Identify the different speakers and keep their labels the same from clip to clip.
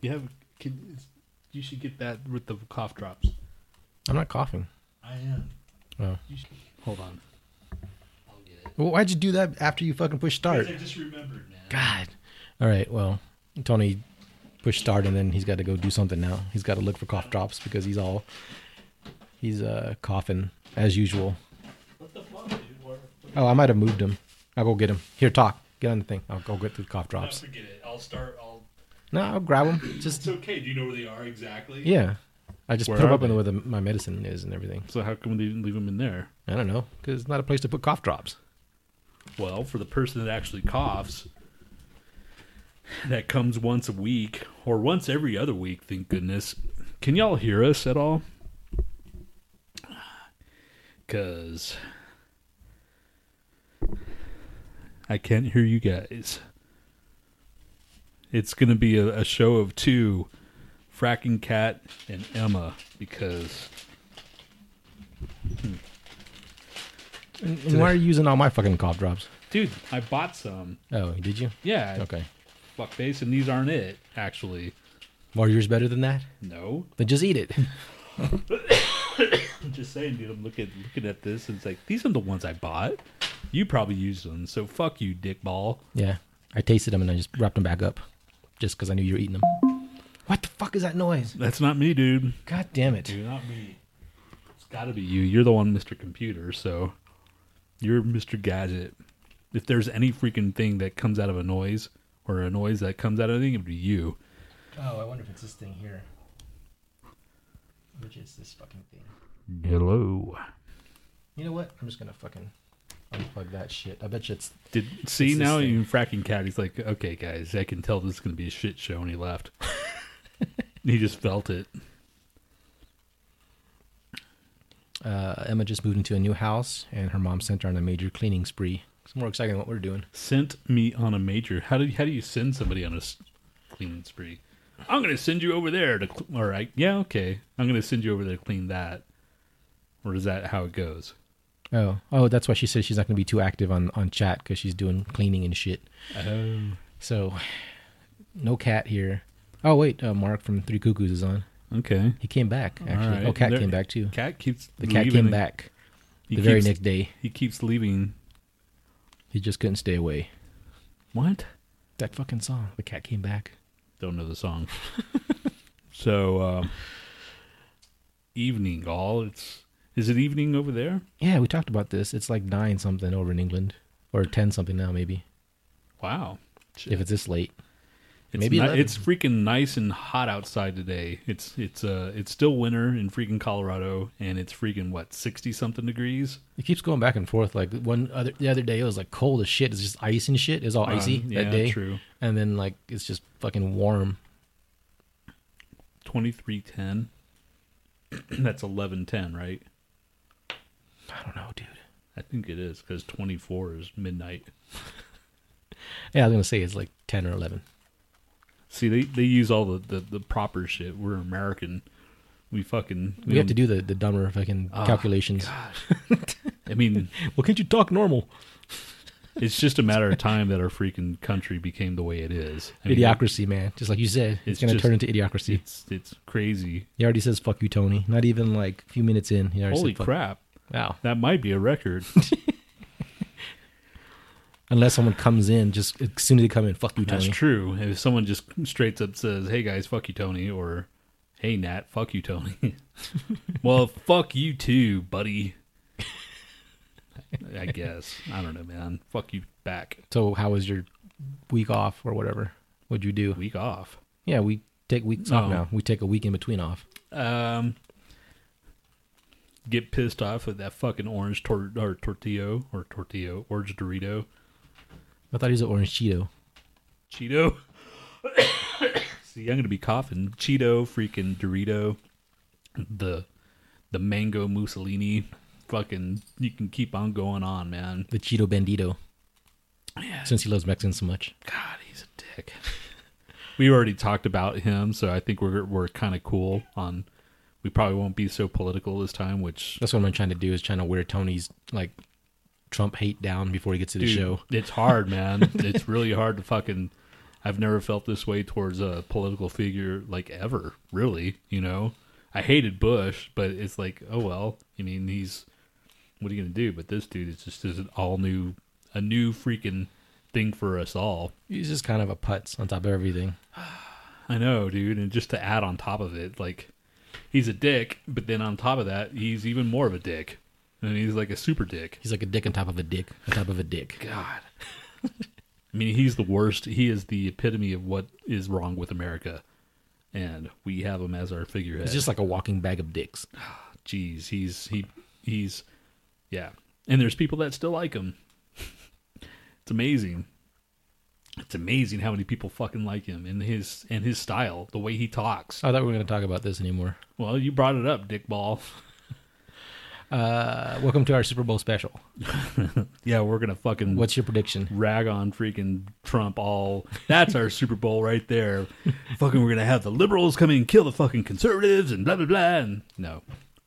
Speaker 1: You have. Can, you should get that with the cough drops.
Speaker 2: I'm not coughing.
Speaker 1: I am.
Speaker 2: Oh.
Speaker 1: You should, hold on.
Speaker 3: I'll get it.
Speaker 2: Well, why'd you do that after you fucking pushed start?
Speaker 1: I just remembered now.
Speaker 2: God. All right. Well, Tony pushed start, and then he's got to go do something now. He's got to look for cough drops because he's all he's uh coughing as usual.
Speaker 1: What the fuck, dude? Where,
Speaker 2: Oh, I might have moved him. I'll go get him. Here, talk. Get on the thing. I'll go get the cough
Speaker 1: I
Speaker 2: drops.
Speaker 1: Ah, forget it. I'll start. I'll.
Speaker 2: No, I'll grab him.
Speaker 1: It's
Speaker 2: Just
Speaker 1: okay. Do you know where they are exactly?
Speaker 2: yeah. I just
Speaker 1: Where
Speaker 2: put him
Speaker 1: are
Speaker 2: up in
Speaker 1: they?
Speaker 2: where the, my medicine is and everything.
Speaker 1: So how come they didn't leave them in there?
Speaker 2: I don't know because it's not a place to put cough drops.
Speaker 1: Well, for the person that actually coughs, that comes once a week or once every other week, thank goodness. Can y'all hear us at all? Because I can't hear you guys. It's going to be a, a show of two Fracking Cat and Emma because
Speaker 2: And, and why are you using all my fucking cough drops?
Speaker 1: dude, I bought some.
Speaker 2: Oh, did you?
Speaker 1: Yeah,
Speaker 2: Okay.
Speaker 1: fuck face and these aren't it actually.
Speaker 2: Are yours better than that?
Speaker 1: No,
Speaker 2: Then just eat it.
Speaker 1: I'm just saying, dude. I'm looking looking at this, and it's like these are the ones I bought. You probably used them, so fuck you, dick ball.
Speaker 2: Yeah, I tasted them and I just wrapped them back up, just because I knew you were eating them. What the fuck is that noise?
Speaker 1: That's not me, dude.
Speaker 2: God damn it!
Speaker 1: Dude, not me. It's got to be you. You're the one, Mister Computer. So you're Mister Gadget. If there's any freaking thing that comes out of a noise or a noise that comes out of anything, it'd be you.
Speaker 2: Oh, I wonder if it's this thing here. Which is this fucking thing?
Speaker 1: Hello.
Speaker 2: You know what? I'm just gonna fucking unplug that shit. I bet you it's.
Speaker 1: Did see
Speaker 2: this
Speaker 1: now?
Speaker 2: thing.
Speaker 1: Even fracking cat. He's like, okay, guys, I can tell this is gonna be a shit show, and he left. he just felt it.
Speaker 2: Uh, Emma just moved into a new house, and her mom sent her on a major cleaning spree. It's more exciting than what we're doing.
Speaker 1: sent me on a major. How do you, how do you send somebody on a s- cleaning spree? I'm gonna send you over there to cl- all right. Yeah, okay. I'm gonna send you over there to clean that. Or is that how it goes?
Speaker 2: Oh, oh, that's why she says she's not gonna be too active on on chat because she's doing cleaning and shit.
Speaker 1: Oh,
Speaker 2: So, no cat here. Oh wait, uh, Mark from Three Cuckoos is on.
Speaker 1: okay.
Speaker 2: He came back actually.
Speaker 1: right.
Speaker 2: Oh, cat
Speaker 1: There-
Speaker 2: came back too.
Speaker 1: Cat keeps
Speaker 2: The cat
Speaker 1: leaving.
Speaker 2: came back
Speaker 1: He
Speaker 2: the very
Speaker 1: keeps-
Speaker 2: next day.
Speaker 1: He keeps leaving.
Speaker 2: He just couldn't stay away.
Speaker 1: What?
Speaker 2: That fucking song. The cat came back.
Speaker 1: Don't know the song. so, um, evening all. It's is it evening over there?
Speaker 2: Yeah, we talked about this. It's like nine something over in England, or ten something now maybe.
Speaker 1: Wow.
Speaker 2: If it's this late,
Speaker 1: It's
Speaker 2: Maybe
Speaker 1: ni-
Speaker 2: 11.
Speaker 1: it's freaking nice and hot outside today. It's it's uh it's still winter in freaking Colorado, and it's freaking what sixty something degrees.
Speaker 2: it keeps going back and forth. Like one other the other day, it was like cold as shit. It's just ice and shit. It's all Oh, icy
Speaker 1: Um, yeah,
Speaker 2: that day.
Speaker 1: True.
Speaker 2: And then like it's just fucking warm.
Speaker 1: Twenty three ten. That's eleven ten, right?
Speaker 2: I don't know, dude.
Speaker 1: I think it is because twenty four is midnight.
Speaker 2: Yeah, I was gonna say it's like ten or eleven.
Speaker 1: See, they they use all the the, the proper shit. We're American. We Oh, fucking
Speaker 2: We have to do the the dumber fucking calculations.
Speaker 1: I mean,
Speaker 2: Well, can't you talk normal?
Speaker 1: it's just a matter of time that our freaking country became the way it is. I mean,
Speaker 2: Idiocracy, man. Just like you said, it's,
Speaker 1: It's
Speaker 2: gonna
Speaker 1: just-
Speaker 2: turn into idiocracy.
Speaker 1: It's it's crazy.
Speaker 2: He already says "fuck you, Tony." Not even like a few minutes in, he already
Speaker 1: Holy
Speaker 2: said "fuck."
Speaker 1: crap!
Speaker 2: Wow.
Speaker 1: That might be a record.
Speaker 2: Unless someone comes in, just as soon as they come in, "fuck you,
Speaker 1: That's
Speaker 2: Tony."
Speaker 1: true. If someone just straight up says, "Hey guys, fuck you, Tony," or "Hey Nat, fuck you, Tony," well, fuck you too, buddy. I guess I don't know, man. Fuck you back.
Speaker 2: So, how was your week off or whatever? What'd you do?
Speaker 1: Week off.
Speaker 2: Yeah, we take weeks off
Speaker 1: Oh.
Speaker 2: now. We take a week in between off.
Speaker 1: Um, get pissed off at that fucking orange tor- or tortillo or tortillo orange Dorito
Speaker 2: I thought he was an orange Cheeto.
Speaker 1: Cheeto. See, I'm gonna be coughing. Cheeto, freaking Dorito, the the mango Mussolini. Fucking, you can keep on going on, man.
Speaker 2: The Cheeto Bandito. Since he loves Mexicans so much.
Speaker 1: God, he's a dick. we already talked about him, so I think we're we're kind of cool on. We probably won't be so political this time, which
Speaker 2: That's what I'm trying to do is trying to wear Tony's like Trump hate down before he gets to the
Speaker 1: dude,
Speaker 2: show.
Speaker 1: it's hard, man. it's really hard to fucking. I've never felt this way towards a political figure like ever, really. You know, I hated Bush, but it's like, oh well. I mean, he's what are you gonna do? But this dude is just is an all new, a new freaking thing for us all.
Speaker 2: He's just kind of a putz on top of everything.
Speaker 1: I know, dude. And just to add on top of it, like he's a dick, but then on top of that, he's even more of a dick, and he's like a super dick.
Speaker 2: He's like a dick on top of a dick on top of a dick.
Speaker 1: God. I mean, he's the worst. He is the epitome of what is wrong with America, and we have him as our figurehead.
Speaker 2: He's just like a walking bag of dicks.
Speaker 1: Jeez, he's he he's yeah. And there's people that still like him. it's amazing. It's amazing how many people fucking like him and his and his style, the way he talks.
Speaker 2: I thought we were going to talk about this anymore.
Speaker 1: Well, you brought it up, Dick Ball.
Speaker 2: Uh, welcome to our Super Bowl special.
Speaker 1: Yeah, we're gonna fucking
Speaker 2: What's your prediction?
Speaker 1: rag on freaking Trump all. That's our Super Bowl right there. fucking, we're gonna have the liberals come in and kill the fucking conservatives and blah blah blah. And no,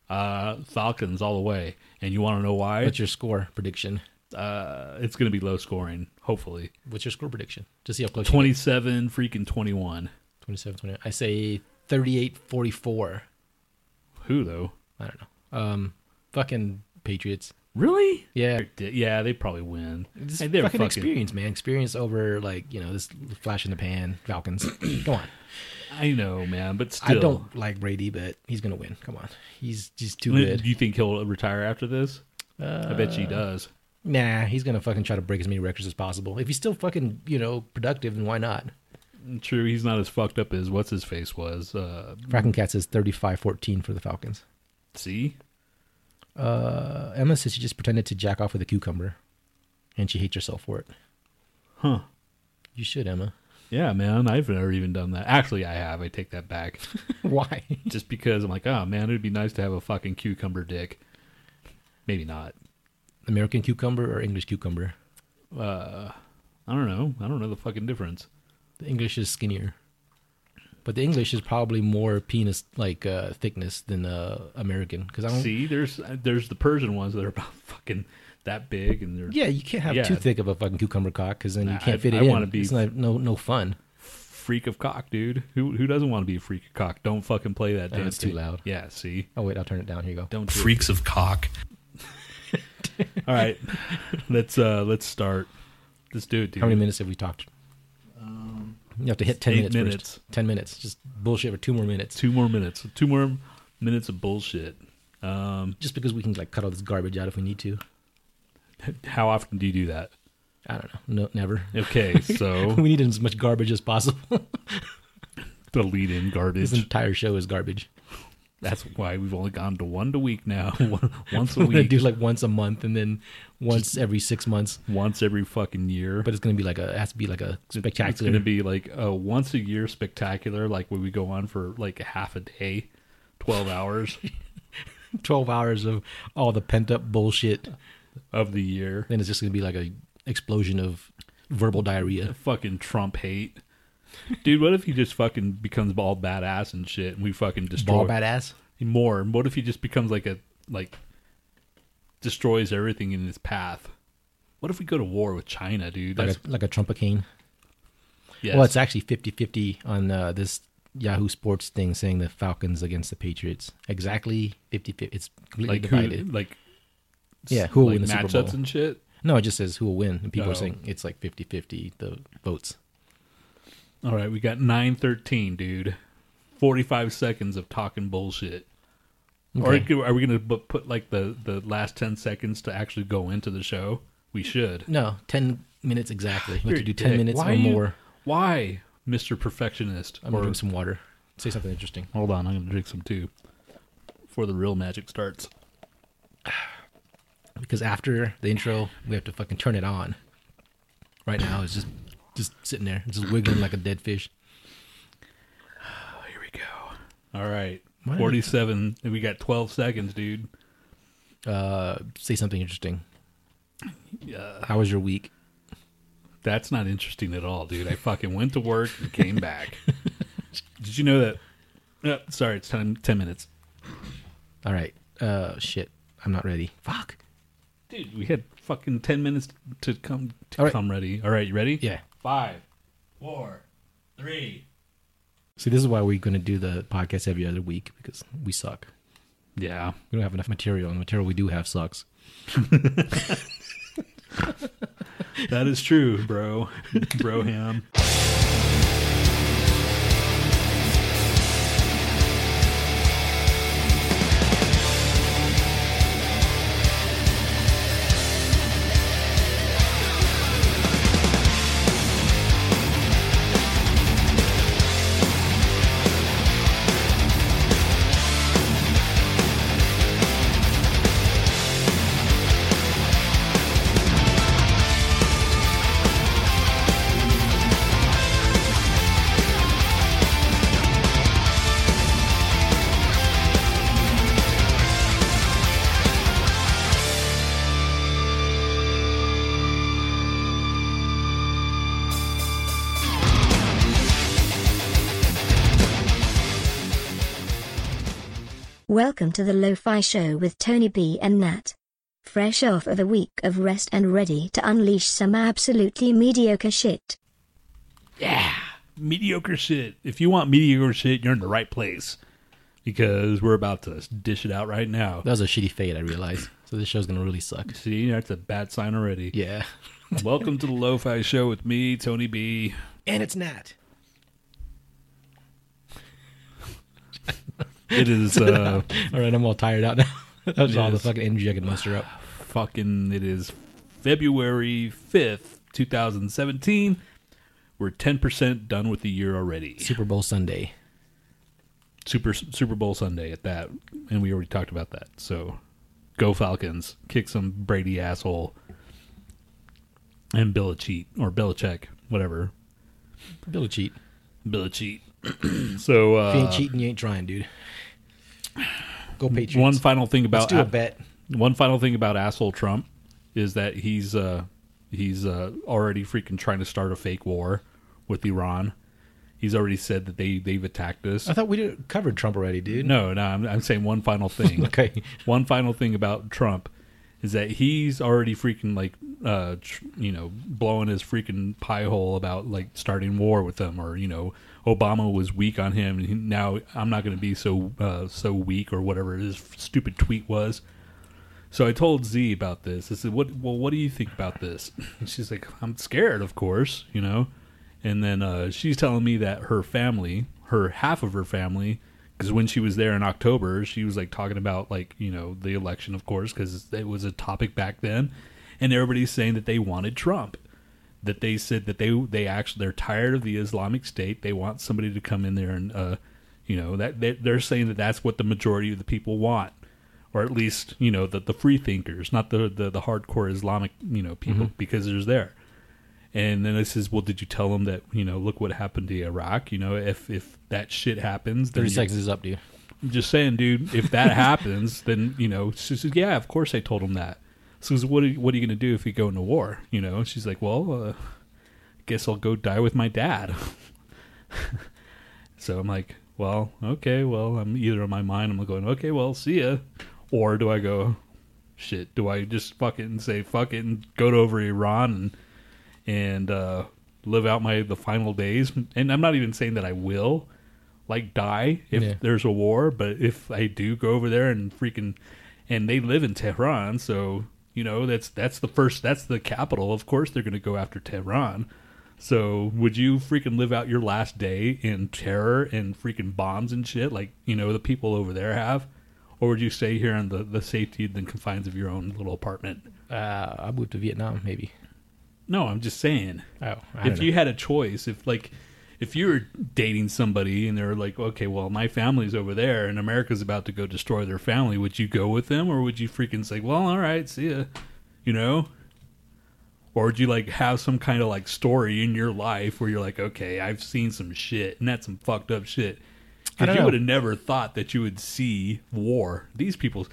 Speaker 1: uh, Falcons all the way. And you want to know why?
Speaker 2: What's your score prediction?
Speaker 1: Uh, it's gonna be low scoring. Hopefully,
Speaker 2: What's your score prediction? Just see how close. you get.
Speaker 1: twenty-seven freaking twenty-one.
Speaker 2: 27, 29. I say 38, 44.
Speaker 1: Who though?
Speaker 2: I don't know. Um, fucking Patriots.
Speaker 1: Really?
Speaker 2: Yeah.
Speaker 1: Yeah, they probably win.
Speaker 2: This
Speaker 1: Hey,
Speaker 2: fucking, experience, man. Experience over like you know this flash in the pan Falcons. Come on.
Speaker 1: I know, man, but still.
Speaker 2: I don't like Brady, but he's gonna win. Come on. He's just too
Speaker 1: Do
Speaker 2: good. Uh,
Speaker 1: you think he'll retire after this? I bet you he does.
Speaker 2: Nah, he's gonna fucking try to break as many records as possible. If he's still fucking you know productive, then why not?
Speaker 1: True, he's not as fucked up as what's his face was. Uh,
Speaker 2: Fracking Cat says 35-14 for the Falcons.
Speaker 1: see,
Speaker 2: Uh, Emma says she just pretended to jack off with a cucumber, and she hates herself for it.
Speaker 1: huh?
Speaker 2: You should, Emma.
Speaker 1: Yeah, man, I've never even done that. Actually, I have. I take that back.
Speaker 2: Why?
Speaker 1: Just because I'm like, oh man, it'd be nice to have a fucking cucumber dick. Maybe not.
Speaker 2: American cucumber or English cucumber?
Speaker 1: Uh, I don't know. I don't know the fucking difference.
Speaker 2: The English is skinnier, but the English is probably more penis like uh, thickness than uh, American. Because I don't.
Speaker 1: See, there's there's the Persian ones that are about fucking that big, and they're
Speaker 2: Yeah, you can't have
Speaker 1: Yeah.
Speaker 2: too thick of a fucking cucumber cock because then you
Speaker 1: I-
Speaker 2: can't fit
Speaker 1: I
Speaker 2: it in.
Speaker 1: wanna be-
Speaker 2: It's not, no no fun.
Speaker 1: freak of cock, dude. Who who doesn't want to be a freak of cock? Don't fucking play that.
Speaker 2: Oh,
Speaker 1: damn
Speaker 2: it's too
Speaker 1: thing.
Speaker 2: loud.
Speaker 1: Yeah. See,
Speaker 2: Oh wait, I'll turn it down. Here you go.
Speaker 1: don't. Do it.
Speaker 4: Freaks of cock.
Speaker 1: All right, let's uh let's start. Let's do it, dude.
Speaker 2: How many minutes have we talked? you have to hit ten
Speaker 1: Um, eight
Speaker 2: minutes,
Speaker 1: minutes.
Speaker 2: first. Ten minutes. Just bullshit for two more minutes.
Speaker 1: Two more minutes. Two more minutes of bullshit.
Speaker 2: Just because we can like cut all this garbage out if we need to.
Speaker 1: How often do you do that?
Speaker 2: I don't know. No, never.
Speaker 1: Okay, so
Speaker 2: we need as much garbage as possible.
Speaker 1: the lead in
Speaker 2: this
Speaker 1: garbage.
Speaker 2: entire show is garbage.
Speaker 1: That's why we've only gone to one a week now. One- Once a
Speaker 2: We're gonna
Speaker 1: week.
Speaker 2: do like once a month and then once every six months.
Speaker 1: once every fucking year.
Speaker 2: But it's gonna be like a it has to be like a
Speaker 1: it's
Speaker 2: spectacular.
Speaker 1: going to be like a once a year spectacular, like where we go on for like a half a day, 12 hours
Speaker 2: twelve hours of all the pent up bullshit.
Speaker 1: of the year.
Speaker 2: Then it's just gonna be like a explosion of verbal diarrhea.
Speaker 1: Fucking Trump hate. Dude, what if he just fucking becomes all badass and shit and we fucking destroy
Speaker 2: Ball badass.
Speaker 1: more. What if he just becomes like a like destroys everything in his path? What if we go to war with China, dude?
Speaker 2: Like
Speaker 1: That's,
Speaker 2: a like a trumpicane.
Speaker 1: yes.
Speaker 2: Well, it's actually 50-50 on uh, this Yahoo Sports thing saying the Falcons against the Patriots. Exactly 50-50. It's completely
Speaker 1: like who,
Speaker 2: divided.
Speaker 1: like
Speaker 2: Yeah, who will
Speaker 1: like
Speaker 2: win the Super
Speaker 1: matchups
Speaker 2: Bowl?
Speaker 1: and shit.
Speaker 2: No, it just says who will win. And people
Speaker 1: Oh.
Speaker 2: are saying it's like 50-50 the votes.
Speaker 1: All right, we got nine thirteen, dude. Forty five seconds of talking bullshit. Or
Speaker 2: Okay.
Speaker 1: are we going to put like the the last ten seconds to actually go into the show? We should.
Speaker 2: No, 10 minutes exactly. You
Speaker 1: You're
Speaker 2: have to
Speaker 1: a
Speaker 2: do 10
Speaker 1: dick.
Speaker 2: minutes
Speaker 1: Why
Speaker 2: or
Speaker 1: you-
Speaker 2: more.
Speaker 1: Why, Mister Perfectionist?
Speaker 2: I'm going to drink some water. Say something interesting.
Speaker 1: Hold on, I'm going to drink some too. Before the real magic starts.
Speaker 2: Because after the intro, we have to fucking turn it on. Right now, it's just just sitting there, just wiggling like a dead fish.
Speaker 1: Oh, Here we go. All right.
Speaker 2: Why not?
Speaker 1: 47. We got 12 seconds, dude.
Speaker 2: Uh, say something interesting. Yeah. How was your week?
Speaker 1: That's not interesting at all, dude. I fucking went to work and came back. Did you know that? Uh, sorry, it's 10, 10 minutes.
Speaker 2: All right. Uh, shit. I'm not ready. Fuck.
Speaker 1: Dude, we had fucking 10 minutes to come to
Speaker 2: All right.
Speaker 1: come ready. All right, you ready?
Speaker 2: Yeah.
Speaker 1: Five,
Speaker 3: four, three.
Speaker 2: See, this is why we're going to do the podcast every other week because we suck.
Speaker 1: Yeah.
Speaker 2: We don't have enough material, and the material we do have sucks.
Speaker 1: That is true, bro. bro ham.
Speaker 4: Welcome to the Lo-Fi Show with Tony B and Nat. Fresh off of a week of rest and ready to unleash some absolutely mediocre shit.
Speaker 1: Yeah. Mediocre shit. If you want mediocre shit, you're in the right place. Because we're about to dish it out right now.
Speaker 2: That was a shitty fade, I realized. So this show's going to really suck.
Speaker 1: See, that's a bad sign already.
Speaker 2: Yeah.
Speaker 1: Welcome to the Lo-Fi Show with me, Tony B.
Speaker 2: And it's Nat.
Speaker 1: It is uh,
Speaker 2: All right, I'm all tired out now. That was all the
Speaker 1: Yes.
Speaker 2: fucking energy I could muster up.
Speaker 1: fucking it is February 5th, 2017. We're 10% done with the year already.
Speaker 2: Super Bowl Sunday.
Speaker 1: Super Super Bowl Sunday at that, and we already talked about that. So go Falcons, kick some Brady asshole and Bill a cheat or Bill a check, whatever.
Speaker 2: Bill cheat.
Speaker 1: Bill a cheat. so
Speaker 2: If you ain't
Speaker 1: uh,
Speaker 2: cheating, you ain't trying, dude. Go Patriots.
Speaker 1: one final thing about
Speaker 2: Let's do a
Speaker 1: a-
Speaker 2: bet.
Speaker 1: One final thing about asshole Trump is that he's uh, he's uh, already freaking trying to start a fake war with Iran. He's already said that they they've attacked us.
Speaker 2: I thought we did, covered Trump already, dude.
Speaker 1: No, no, I'm, I'm saying one final thing.
Speaker 2: Okay.
Speaker 1: One final thing about Trump is that he's already freaking like uh tr- you know blowing his freaking pie hole about like starting war with them or you know Obama was weak on him and he, now I'm not going to be so uh so weak or whatever his stupid tweet was. So I told Z about this. I said, "What? Well, what do you think about this?" And she's like, "I'm scared, of course, you know." And then uh, she's telling me that her family, her half of her family, because when she was there in October, she was like talking about like you know the election, of course, because it was a topic back then, and everybody's saying that they wanted Trump. That they said that they they actually they're tired of the Islamic State. They want somebody to come in there and uh, you know that they, they're saying that that's what the majority of the people want or at least you know the the free thinkers, not the the, the hardcore Islamic you know people, because there's there. And then I says, well, did you tell them that you know look what happened to Iraq? You know if if that shit happens, then
Speaker 2: Thirty
Speaker 1: you-
Speaker 2: seconds is up, dude.
Speaker 1: I'm just saying, dude, if that happens, then you know she says, yeah, of course I told him that. So I says, what are, what are you gonna do if we go into war? You know, and she's like, well, uh, guess I'll go die with my dad. So I'm like, well, okay, well, I'm either in my mind, I'm going, okay, well, see ya. Or do I go, shit, do I just fucking say fuck it and go to over Iran and, and, uh, live out my, the final days? And I'm not even saying that I will, like, die if
Speaker 2: Yeah.
Speaker 1: there's a war, but if I do go over there and freaking, and they live in Tehran, so, you know, that's, that's the first, that's the capital. Of course they're going to go after Tehran. So would you freaking live out your last day in terror and freaking bombs and shit like you know the people over there have, or would you stay here in the the safety and confines of your own little apartment?
Speaker 2: Uh, I moved to Vietnam, maybe.
Speaker 1: No, I'm just saying.
Speaker 2: Oh, I
Speaker 1: if
Speaker 2: don't know.
Speaker 1: you had a choice, if like if you were dating somebody and they're like, okay, well my family's over there and America's about to go destroy their family, would you go with them or would you freaking say, well, all right, see ya, you know? Or would you like have some kind of like story in your life where you're like, okay, I've seen some shit and that's some fucked up shit.
Speaker 2: I
Speaker 1: Because
Speaker 2: don't
Speaker 1: you
Speaker 2: know.
Speaker 1: would have never thought that you would see war. These people,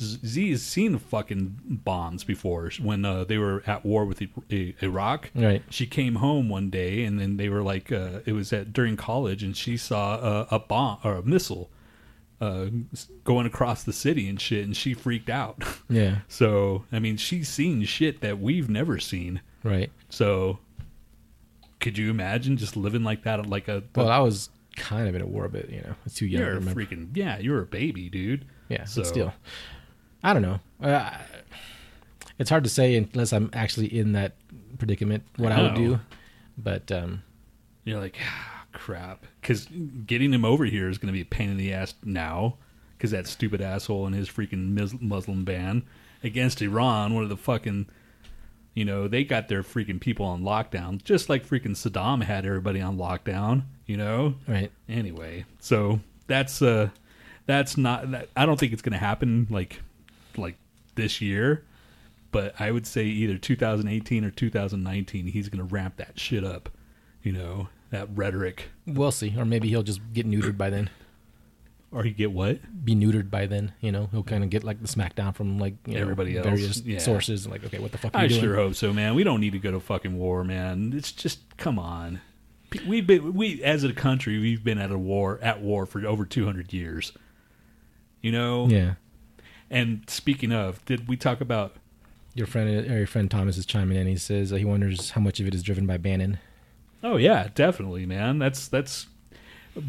Speaker 1: Z Z has seen the fucking bombs before when uh, they were at war with I- I- Iraq
Speaker 2: Right.
Speaker 1: she came home one day and then they were like uh, it was at during college and she saw a, a bomb or a missile uh, s- going across the city and shit and she freaked out
Speaker 2: Yeah.
Speaker 1: so i mean she's seen shit that we've never seen
Speaker 2: Right.
Speaker 1: so Could you imagine just living like that? Like a
Speaker 2: Well, I was kind of in a war, but you know, it's too young. to
Speaker 1: you're a
Speaker 2: remember.
Speaker 1: freaking yeah, you're a baby, dude.
Speaker 2: Yeah,
Speaker 1: So-
Speaker 2: but still, I don't know. Uh, I- it's hard to say unless I'm actually in that predicament what I, would
Speaker 1: know.
Speaker 2: do. But um,
Speaker 1: You're like, ah, crap, because getting him over here is going to be a pain in the ass now, because that stupid asshole and his freaking Mus- Muslim ban against Iran, one of the fucking, you know, they got their freaking people on lockdown, just like freaking Saddam had everybody on lockdown, you know.
Speaker 2: right,
Speaker 1: anyway so that's uh that's not that, i don't think it's gonna happen like like this year but i would say either 2018 or 2019 he's gonna ramp that shit up you know that rhetoric
Speaker 2: we'll see. Or maybe he'll just get neutered by then.
Speaker 1: or you get what
Speaker 2: Be neutered by then. You know, he'll kind of get like the smackdown from like you know,
Speaker 1: Everybody else,
Speaker 2: various
Speaker 1: yeah.
Speaker 2: sources. Like, okay, what the fuck? Are you
Speaker 1: i
Speaker 2: doing?
Speaker 1: sure hope so man we don't need to go to fucking war man it's just come on P- we've been we as a country we've been at a war at war for over 200 years you know
Speaker 2: Yeah,
Speaker 1: and speaking of did we talk about
Speaker 2: your friend, or your friend Thomas is chiming in. He says uh, he wonders how much of it is driven by Bannon.
Speaker 1: Oh yeah, definitely, man. That's that's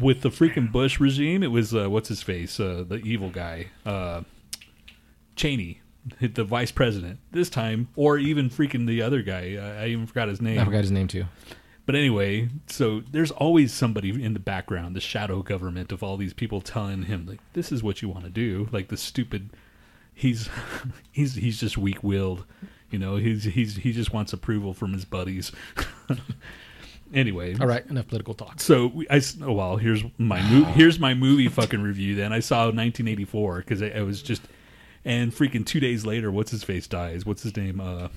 Speaker 1: with the freaking Bush regime. It was uh, what's his face, uh, the evil guy, uh, Cheney, the vice president this time, or even freaking the other guy. Uh, I even forgot his name.
Speaker 2: I forgot his name too.
Speaker 1: But anyway, so there's always somebody in the background, the shadow government of all these people telling him like this is what you want to do. Like the stupid he's he's he's just weak willed. You know, he's he's he just wants approval from his buddies. anyway.
Speaker 2: All right, enough political talks.
Speaker 1: So we, I s- oh well here's my mo- here's my movie fucking review. Then I saw 1984 because I, I was just and freaking two days later, what's his face dies. What's his name? Uh,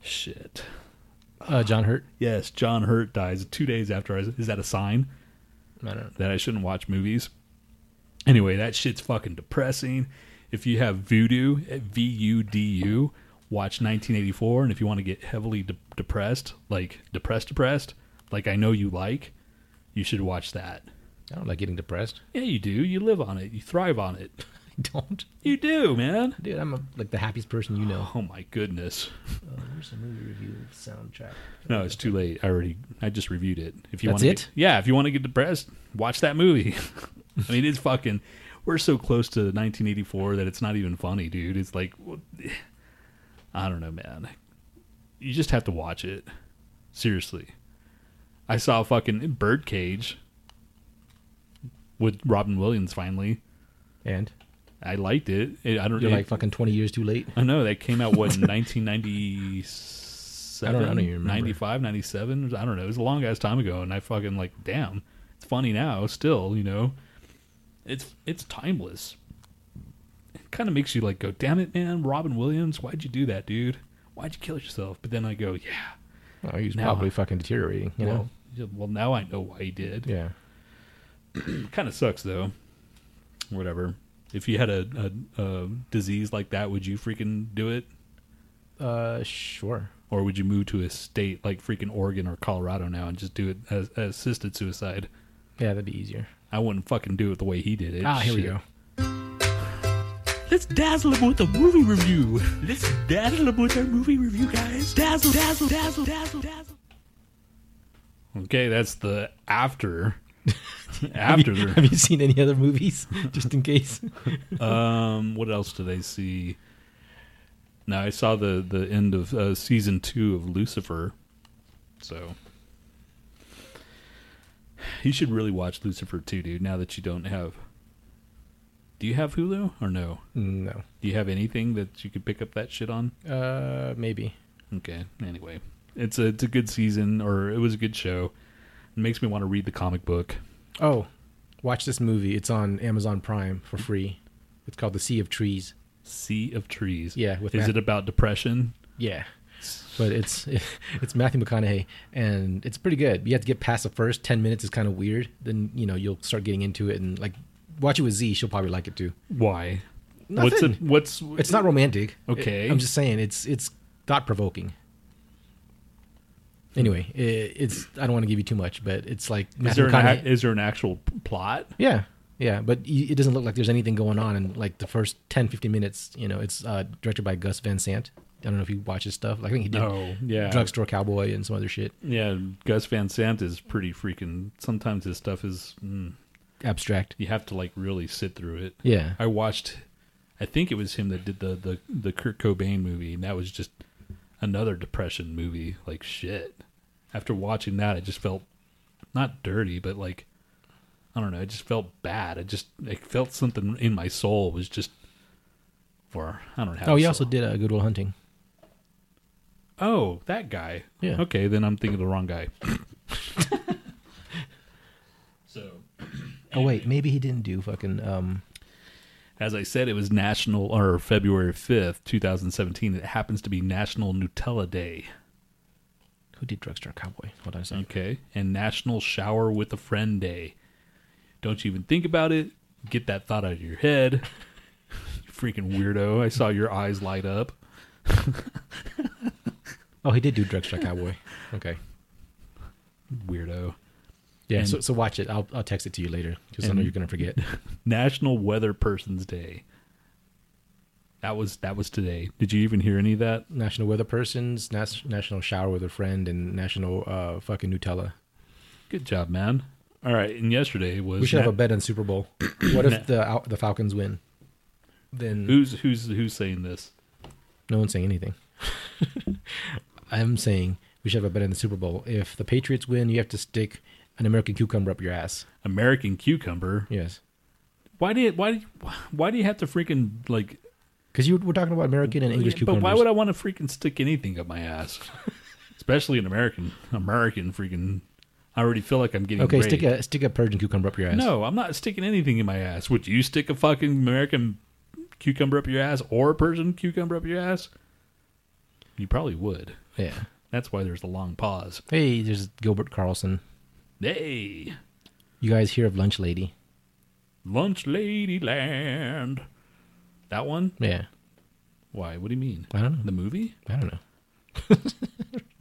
Speaker 1: shit.
Speaker 2: Uh, John Hurt.
Speaker 1: Yes, John Hurt dies two days after. I, is that a sign
Speaker 2: I don't know.
Speaker 1: that I shouldn't watch movies? Anyway, that shit's fucking depressing. If you have voodoo, V U D U, watch 1984. And if you want to get heavily de- depressed, like depressed, depressed, like I know you like, you should watch that.
Speaker 2: I don't like getting depressed.
Speaker 1: Yeah, you do. You live on it. You thrive on it.
Speaker 2: I don't.
Speaker 1: You do, man.
Speaker 2: Dude, I'm a, like the happiest person you know.
Speaker 1: Oh my goodness.
Speaker 2: Here's Oh, a movie review soundtrack.
Speaker 1: No, it's too late. I already I just reviewed it. If you
Speaker 2: That's
Speaker 1: want to Get,
Speaker 2: it?
Speaker 1: yeah, if you want to get depressed, watch that movie. I mean, it's fucking we're so close to 1984 that it's not even funny, dude. It's like well, I don't know, man. You just have to watch it. Seriously. I saw fucking Birdcage with Robin Williams finally.
Speaker 2: And
Speaker 1: I liked it. it I don't
Speaker 2: you're
Speaker 1: it-
Speaker 2: like fucking 20 years too late.
Speaker 1: I know that came out what in 1997,
Speaker 2: I don't- I don't even remember.
Speaker 1: 95, 97. I don't know. It was a long ass time ago, and I fucking like, damn, it's funny now. Still, you know, it's it's timeless. It kind of makes you like go, damn it, man, Robin Williams, why'd you do that, dude? Why'd you kill yourself? But then I go, yeah,
Speaker 2: Oh, he's
Speaker 1: No.
Speaker 2: probably fucking deteriorating. You
Speaker 1: well,
Speaker 2: know?
Speaker 1: yeah, well, now I know why he did.
Speaker 2: Yeah.
Speaker 1: Kind of sucks though. Whatever. If you had a, a, a disease like that, would you freaking do it?
Speaker 2: Uh, sure.
Speaker 1: or would you move to a state like freaking Oregon or Colorado now and just do it as, as assisted suicide?
Speaker 2: Yeah, that'd be easier.
Speaker 1: I wouldn't fucking do it the way he did it.
Speaker 2: ah, here we
Speaker 1: Shit.
Speaker 2: go.
Speaker 1: Let's dazzle him with a movie review. Let's dazzle him with our movie review, guys. Dazzle, dazzle, dazzle, dazzle, dazzle. Okay, that's the after. after.
Speaker 2: Have you, have you seen any other movies? Just in case.
Speaker 1: Um, what else did I see? Now I saw the the end of uh, season two of Lucifer, so you should really watch Lucifer too, dude. Now that you don't have, do you have Hulu or no?
Speaker 2: no.
Speaker 1: Do you have anything that you could pick up that shit on?
Speaker 2: Uh, maybe.
Speaker 1: Okay. Anyway, it's a it's a good season, or it was a good show. It makes me want to read the comic book.
Speaker 2: Oh, watch this movie. It's on Amazon Prime for free. It's called The Sea of Trees.
Speaker 1: Sea of Trees.
Speaker 2: Yeah, with
Speaker 1: is
Speaker 2: Matt-
Speaker 1: it about depression?
Speaker 2: Yeah. But it's it's Matthew McConaughey and it's pretty good. You have to get past the first 10 minutes is kind of weird. Then, you know, you'll start getting into it and like watch it with Z, she'll probably like it too.
Speaker 1: Why? What's
Speaker 2: Nothing.
Speaker 1: it? What's
Speaker 2: It's not romantic.
Speaker 1: Okay.
Speaker 2: I'm just saying it's it's thought provoking. Anyway, i it's I don't want to give you too much, but it's like
Speaker 1: Is
Speaker 2: Matthew
Speaker 1: there, an,
Speaker 2: McConaughey-
Speaker 1: ac- is there an actual p- plot?
Speaker 2: yeah. Yeah, but y- it doesn't look like there's anything going on in like the first 10 15 minutes, you know. It's uh, directed by Gus Van Sant. I don't know if you watch his stuff. Like, I think he did
Speaker 1: No, yeah,
Speaker 2: Drugstore Cowboy and some other shit.
Speaker 1: yeah. Gus Van Sant is pretty freaking. Sometimes his stuff is mm,
Speaker 2: Abstract.
Speaker 1: you have to like really sit through it.
Speaker 2: Yeah.
Speaker 1: I watched. I think it was him that did the the the Kurt Cobain movie, and that was just another depression movie. Like shit. After watching that, I just felt not dirty, but like I don't know. It just felt bad. I just I felt something in my soul was just. Or I don't have.
Speaker 2: Oh,
Speaker 1: a
Speaker 2: he
Speaker 1: soul.
Speaker 2: also did uh, Good Will Hunting.
Speaker 1: Oh, that guy.
Speaker 2: Yeah.
Speaker 1: Okay, then I'm thinking of the wrong guy.
Speaker 3: So,
Speaker 2: Oh wait, maybe he didn't do fucking. Um,
Speaker 1: As I said, it was National or February 5th, 2017. It happens to be National Nutella Day.
Speaker 2: who did Drugstore Cowboy? Hold on a second.
Speaker 1: Okay. And National Shower with a Friend Day. Don't you even think about it. Get that thought out of your head. you freaking weirdo. I saw your eyes light up.
Speaker 2: Oh, he did do Drugstore Cowboy. Okay.
Speaker 1: Weirdo.
Speaker 2: Yeah.
Speaker 1: And-
Speaker 2: so, so watch it. I'll I'll text it to you later because I know
Speaker 1: And-
Speaker 2: you're gonna forget.
Speaker 1: National Weather Person's Day. That was that was today. Did you even hear any of that?
Speaker 2: National Weather Persons, nas- National Shower with a Friend, and National uh, fucking Nutella.
Speaker 1: Good job, man. All right, and yesterday was
Speaker 2: We should have
Speaker 1: Na-
Speaker 2: a bet on Super Bowl. What if the Al- the Falcons win? Then
Speaker 1: Who's who's who's saying this?
Speaker 2: no one's saying anything. I'm saying we should have a bet on the Super Bowl. If the Patriots win, you have to stick an American cucumber up your ass.
Speaker 1: American cucumber.
Speaker 2: Yes.
Speaker 1: Why do you, why do you, why do you have to freaking like?
Speaker 2: Because you were talking about American and English
Speaker 1: but
Speaker 2: cucumbers.
Speaker 1: why would I want to freaking stick anything up my ass? Especially an American American freaking. I already feel like I'm getting
Speaker 2: Okay,
Speaker 1: raped.
Speaker 2: stick a stick a Persian cucumber up your ass.
Speaker 1: No, I'm not sticking anything in my ass. Would you stick a fucking American cucumber up your ass or a Persian cucumber up your ass? You probably would.
Speaker 2: Yeah.
Speaker 1: That's why there's a long pause.
Speaker 2: Hey, there's Gilbert Carlson.
Speaker 1: Hey,
Speaker 2: You guys hear of Lunch Lady?
Speaker 1: lunch lady land. That one?
Speaker 2: Yeah.
Speaker 1: Why? What do you mean?
Speaker 2: I don't know.
Speaker 1: The movie?
Speaker 2: I don't know.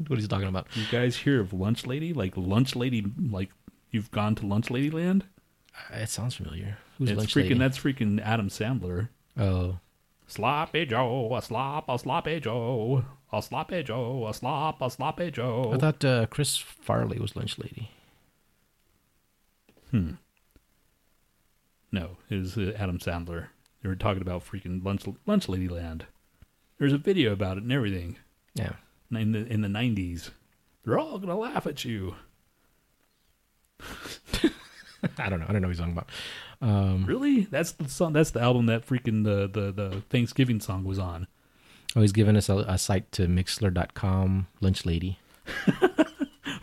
Speaker 2: what he's talking about?
Speaker 1: You guys hear of Lunch Lady? Like Lunch Lady? Like you've gone to Lunch Lady Land?
Speaker 2: Uh, It sounds familiar. Who's
Speaker 1: it's
Speaker 2: Lunch
Speaker 1: freaking.
Speaker 2: Lady?
Speaker 1: That's freaking Adam Sandler.
Speaker 2: Oh,
Speaker 1: Sloppy Joe, a slop, a sloppy Joe, a sloppy Joe, a slop, a sloppy Joe.
Speaker 2: I thought uh, Chris Farley was Lunch Lady.
Speaker 1: no, it was uh, Adam Sandler. They were talking about freaking Lunch Lunch Lady Land. There's a video about it and everything
Speaker 2: Yeah.
Speaker 1: in the in the '90s. They're all gonna laugh at you.
Speaker 2: I don't know. I don't know what he's talking about. Um,
Speaker 1: Really? That's the song. That's the album that freaking the the the Thanksgiving song was on.
Speaker 2: oh, he's giving us a, a site to Mixler.com, Lunch Lady.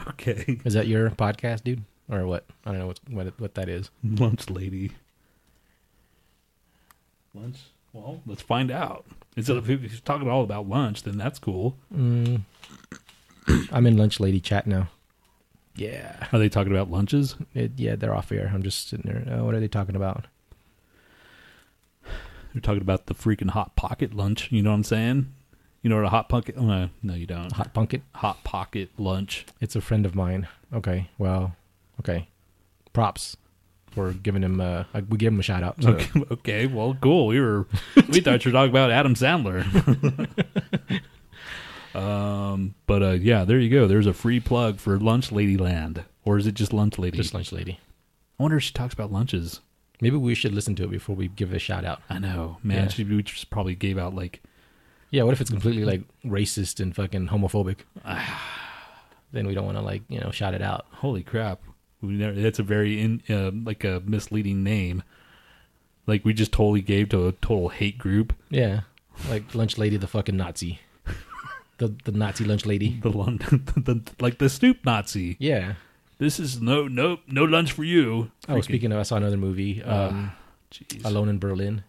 Speaker 1: Okay.
Speaker 2: Is that your podcast, dude? Or what? I don't know what what, it- what that is.
Speaker 1: Lunch lady. Lunch? Well, let's find out. Instead of if he's talking all about lunch, then that's cool.
Speaker 2: Mm. I'm in Lunch Lady chat now. Yeah.
Speaker 1: Are they talking about lunches?
Speaker 2: It, yeah, they're off air. I'm just sitting there. Uh, what are they talking about?
Speaker 1: They're talking about the freaking hot pocket lunch. You know what I'm saying? You know what a hot pocket? Uh, no, you don't.
Speaker 2: Hot Punket?
Speaker 1: Hot pocket lunch.
Speaker 2: It's a friend of mine. Okay. Well, okay. Props for giving him. Uh, like, we gave him a shout out. So.
Speaker 1: Okay, okay, well, cool. We were we thought you were talking about Adam Sandler. um, but uh, yeah, there you go. There's a free plug for Lunch Lady Land, or is it just Lunch Lady?
Speaker 2: Just lunch lady.
Speaker 1: I wonder if she talks about lunches.
Speaker 2: Maybe we should listen to it before we give it a shout out.
Speaker 1: I know, man.
Speaker 2: Yeah.
Speaker 1: She we just probably gave out like
Speaker 2: Yeah. What if it's completely like racist and fucking homophobic? then we don't want to like you know shout it out.
Speaker 1: holy crap. We never, that's a very in uh, like a misleading name. Like we just totally gave to a total hate group,
Speaker 2: Yeah. Like lunch lady, the fucking Nazi. the the Nazi lunch lady.
Speaker 1: the, lun- the, the like the Snoop Nazi.
Speaker 2: Yeah.
Speaker 1: This is no no no lunch for you. Uh,
Speaker 2: Oh, speaking of, I saw another movie, um,
Speaker 1: Jeez.
Speaker 2: Alone in Berlin.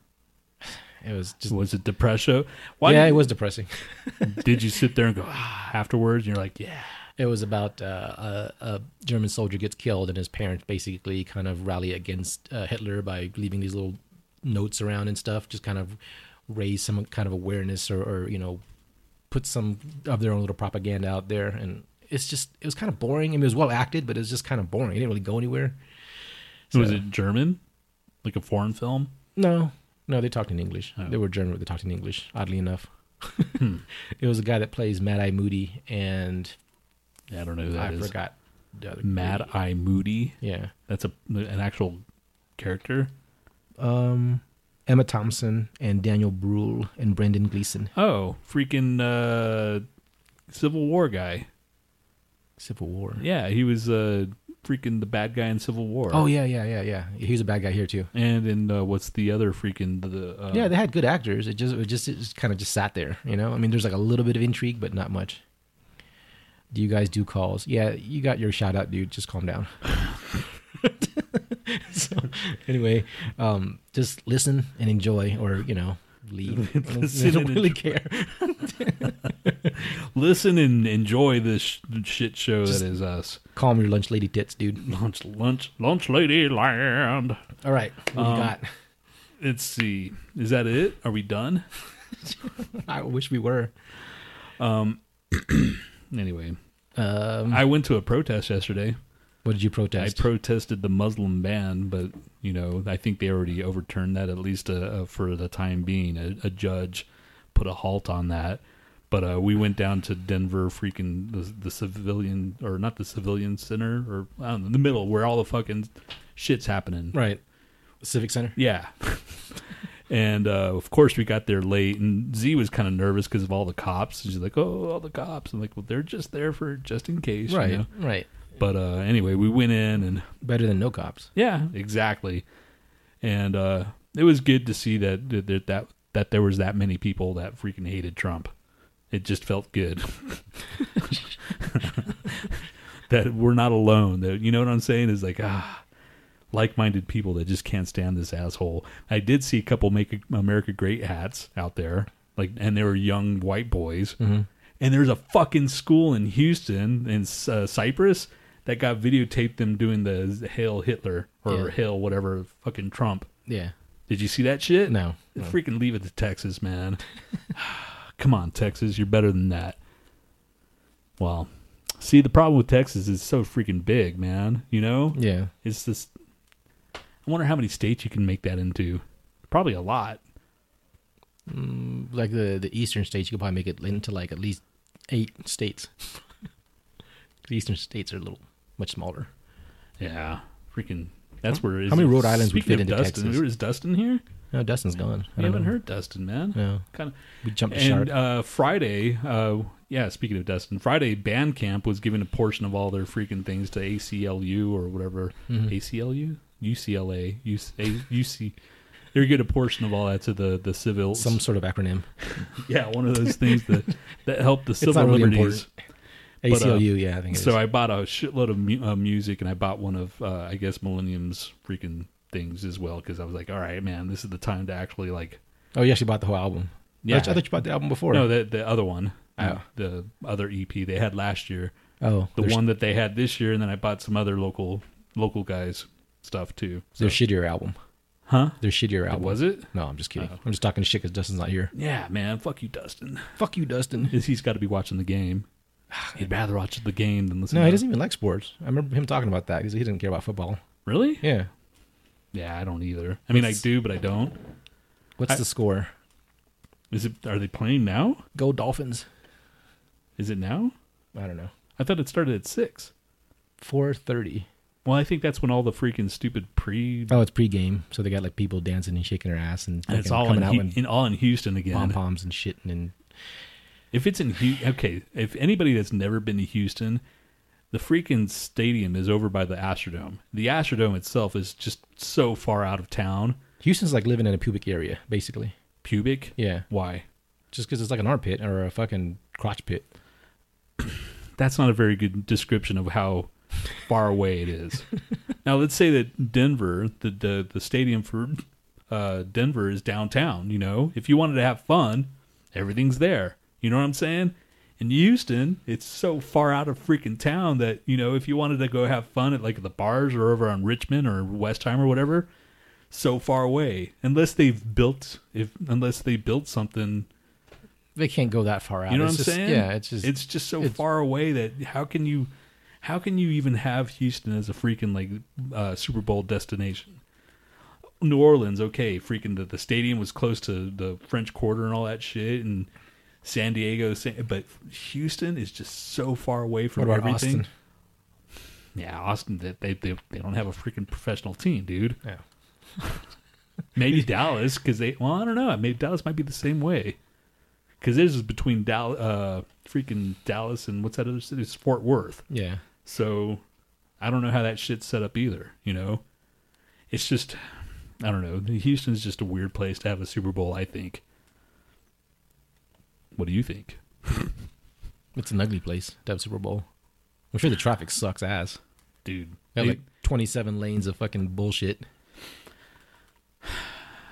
Speaker 2: It was just
Speaker 1: was it depresso? Why
Speaker 2: yeah,
Speaker 1: did,
Speaker 2: it was depressing.
Speaker 1: did you sit there and go ah, afterwards? And you're like, yeah,
Speaker 2: It was about uh, a, a German soldier gets killed, and his parents basically kind of rally against uh, Hitler by leaving these little notes around and stuff, just kind of raise some kind of awareness or, or you know, put some of their own little propaganda out there. And it's just, it was kind of boring. I mean, it was well acted, but it was just kind of boring. It didn't really go anywhere.
Speaker 1: was it German, like a foreign film? Oh.
Speaker 2: No, no, they talked in English. They were German, but they talked in English, oddly enough.
Speaker 1: Hmm.
Speaker 2: it was a guy that plays Mad Eye Moody, and
Speaker 1: I don't know who that
Speaker 2: I
Speaker 1: is.
Speaker 2: forgot the other
Speaker 1: Mad Eye Moody.
Speaker 2: Yeah,
Speaker 1: That's a an actual character.
Speaker 2: um, Emma Thompson and Daniel Bruhl and Brendan Gleeson.
Speaker 1: Oh, freaking uh, Civil War guy.
Speaker 2: Civil War.
Speaker 1: Yeah, he was uh, freaking the bad guy in Civil War.
Speaker 2: Oh yeah, yeah, yeah, yeah. He's a bad guy here too.
Speaker 1: And in uh, what's the other freaking the uh,
Speaker 2: yeah, they had good actors. It just, it just, it just kind of just sat there. You know, I mean, there's like a little bit of intrigue, but not much. Do you guys do calls? Yeah, you got your shout out, dude. Just calm down. so, anyway, um, just listen and enjoy, or you know, leave. I
Speaker 1: Listen
Speaker 2: don't
Speaker 1: and
Speaker 2: really care.
Speaker 1: listen and enjoy this sh- shit show
Speaker 2: Just-
Speaker 1: that is us.
Speaker 2: Calm your lunch lady tits, dude.
Speaker 1: Lunch, lunch, lunch, lady land.
Speaker 2: All right, what do
Speaker 1: Um,
Speaker 2: you got?
Speaker 1: Let's see. Is that it? Are we done?
Speaker 2: I wish we were.
Speaker 1: Anyway,
Speaker 2: Um,
Speaker 1: I went to a protest yesterday.
Speaker 2: what did you
Speaker 1: I
Speaker 2: protest?
Speaker 1: protested the Muslim ban, but you know, I think they already overturned that at least uh, uh, for the time being. A, a judge put a halt on that. But uh, we went down to Denver, freaking the, the civilian or not the civilian center or I don't know, the middle where all the fucking shit's happening.
Speaker 2: right, Civic Center.
Speaker 1: Yeah. and uh, of course, we got there late, and Z was kind of nervous because of all the cops. And she's like, "Oh, all the cops!" I'm like, "Well, they're just there for just in case, you
Speaker 2: Right,
Speaker 1: know?
Speaker 2: right.
Speaker 1: But uh, anyway, we went in, and
Speaker 2: Better than no cops.
Speaker 1: yeah, exactly. And uh, it was good to see that that that that there was that many people that freaking hated Trump. It just felt good. that we're not alone. That you know what I'm saying is like ah, like-minded people that just can't stand this asshole. I did see a couple "Make America Great" hats out there, like, and they were young white boys. And there's a fucking school in Houston in uh, Cyprus that got videotaped them doing the "Hail Hitler" or
Speaker 2: Yeah.
Speaker 1: "Hail whatever fucking Trump."
Speaker 2: Yeah.
Speaker 1: Did you see that shit?
Speaker 2: No. no.
Speaker 1: Freaking leave it to Texas, man. Come on, Texas, you're better than that. Well, see, the problem with Texas is so freaking big, man. You know,
Speaker 2: Yeah.
Speaker 1: it's this. I wonder how many states you can make that into. Probably a lot.
Speaker 2: Mm, like the the eastern states, you could probably make it into like at least eight states. the eastern states are a little much smaller.
Speaker 1: Yeah, freaking. That's where. Is
Speaker 2: how many Rhode Islands would
Speaker 1: Speaking
Speaker 2: fit
Speaker 1: of
Speaker 2: into
Speaker 1: Dustin,
Speaker 2: Texas?
Speaker 1: Is Dustin here?
Speaker 2: No, Oh, Dustin's gone. I
Speaker 1: We
Speaker 2: don't
Speaker 1: haven't
Speaker 2: know.
Speaker 1: heard Dustin, man.
Speaker 2: No,
Speaker 1: Kind of.
Speaker 2: we jumped the
Speaker 1: And
Speaker 2: shark.
Speaker 1: uh, Friday, uh, yeah. Speaking of Dustin, Friday Bandcamp was giving a portion of all their freaking things to ACLU or whatever
Speaker 2: Mm-hmm.
Speaker 1: ACLU, UCLA, UC, A- UC. They're getting a portion of all that to the the civil.
Speaker 2: Some sort of acronym.
Speaker 1: yeah, one of those things that that help the civil
Speaker 2: not really
Speaker 1: liberties. uh,
Speaker 2: important. ACLU, yeah, I think it is.
Speaker 1: So I bought a shitload of mu- uh, music, and I bought one of uh, I guess Millennium's freaking things as well because I was like, all right, man, this is the time to actually like.
Speaker 2: oh, you actually bought the whole album.
Speaker 1: Yeah.
Speaker 2: I thought I thought you bought the album before.
Speaker 1: No, the the other one,
Speaker 2: Oh.
Speaker 1: the other EP they had last year.
Speaker 2: oh,
Speaker 1: the
Speaker 2: they're,
Speaker 1: one that they had this year, and then I bought some other local local guys stuff too. So,
Speaker 2: their shittier album.
Speaker 1: huh?
Speaker 2: Their shittier album.
Speaker 1: Was Oh. it?
Speaker 2: No, I'm just kidding. I'm just talking shit because Dustin's not here.
Speaker 1: Yeah, man. Fuck you, Dustin.
Speaker 2: Fuck you, Dustin.
Speaker 1: He's got to be watching the game. He'd rather watch the game than listen.
Speaker 2: No,
Speaker 1: to
Speaker 2: he doesn't even like sports. I remember him talking about that. He's- He didn't care about football.
Speaker 1: Really?
Speaker 2: Yeah.
Speaker 1: Yeah, I don't either. I mean, I do, but I don't.
Speaker 2: What's
Speaker 1: I-
Speaker 2: the score?
Speaker 1: Is it? Are they playing now?
Speaker 2: Go Dolphins.
Speaker 1: Is it now?
Speaker 2: I don't know.
Speaker 1: I thought it started at six.
Speaker 2: Four thirty.
Speaker 1: Well, I think that's when all the freaking stupid pre.
Speaker 2: Oh, it's pregame, so they got like people dancing and shaking their ass and,
Speaker 1: and it's
Speaker 2: fucking
Speaker 1: all in,
Speaker 2: coming out
Speaker 1: Hu-
Speaker 2: with
Speaker 1: in all in Houston again.
Speaker 2: pom poms and shit. And
Speaker 1: If it's in Houston, okay. If anybody that's never been to Houston, the freaking stadium is over by the Astrodome. The Astrodome itself is just so far out of town.
Speaker 2: Houston's like living in a pubic area, basically.
Speaker 1: Pubic.
Speaker 2: Yeah,
Speaker 1: Why?
Speaker 2: just because it's like an armpit or a fucking crotch pit.
Speaker 1: That's not a very good description of how far away it is. now, let's say that Denver, the the, the stadium for uh, Denver is downtown. You know, if you wanted to have fun, everything's there. You know what I'm saying? In Houston, it's so far out of freaking town that you know if you wanted to go have fun at like the bars or over on Richmond or Westheim or whatever, so far away. Unless they've built if unless they built something
Speaker 2: They can't go that far out.
Speaker 1: you know what
Speaker 2: It's
Speaker 1: I'm
Speaker 2: just-
Speaker 1: saying?
Speaker 2: Yeah, it's just
Speaker 1: it's just so
Speaker 2: it's-
Speaker 1: far away that how can you how can you even have Houston as a freaking like uh, Super Bowl destination? New Orleans, okay, freaking the, the stadium was close to the French Quarter and all that shit, and San Diego, San, but Houston is just so far away
Speaker 2: What
Speaker 1: from
Speaker 2: about
Speaker 1: everything.
Speaker 2: Austin?
Speaker 1: Yeah, Austin, they, they they they don't have a freaking professional team, dude.
Speaker 2: Yeah.
Speaker 1: Maybe Dallas, because they. Well, I don't know. Maybe Dallas might be the same way. Because this is between Dallas, uh, freaking Dallas, and what's that other city? It's Fort Worth.
Speaker 2: Yeah.
Speaker 1: So I don't know how that shit's set up either, you know? It's just I don't know. Houston's just a weird place to have a Super Bowl, I think. What do you think?
Speaker 2: It's an ugly place to have Super Bowl. I'm sure the traffic sucks ass.
Speaker 1: Dude.
Speaker 2: Got
Speaker 1: It-
Speaker 2: like 27 lanes of fucking bullshit.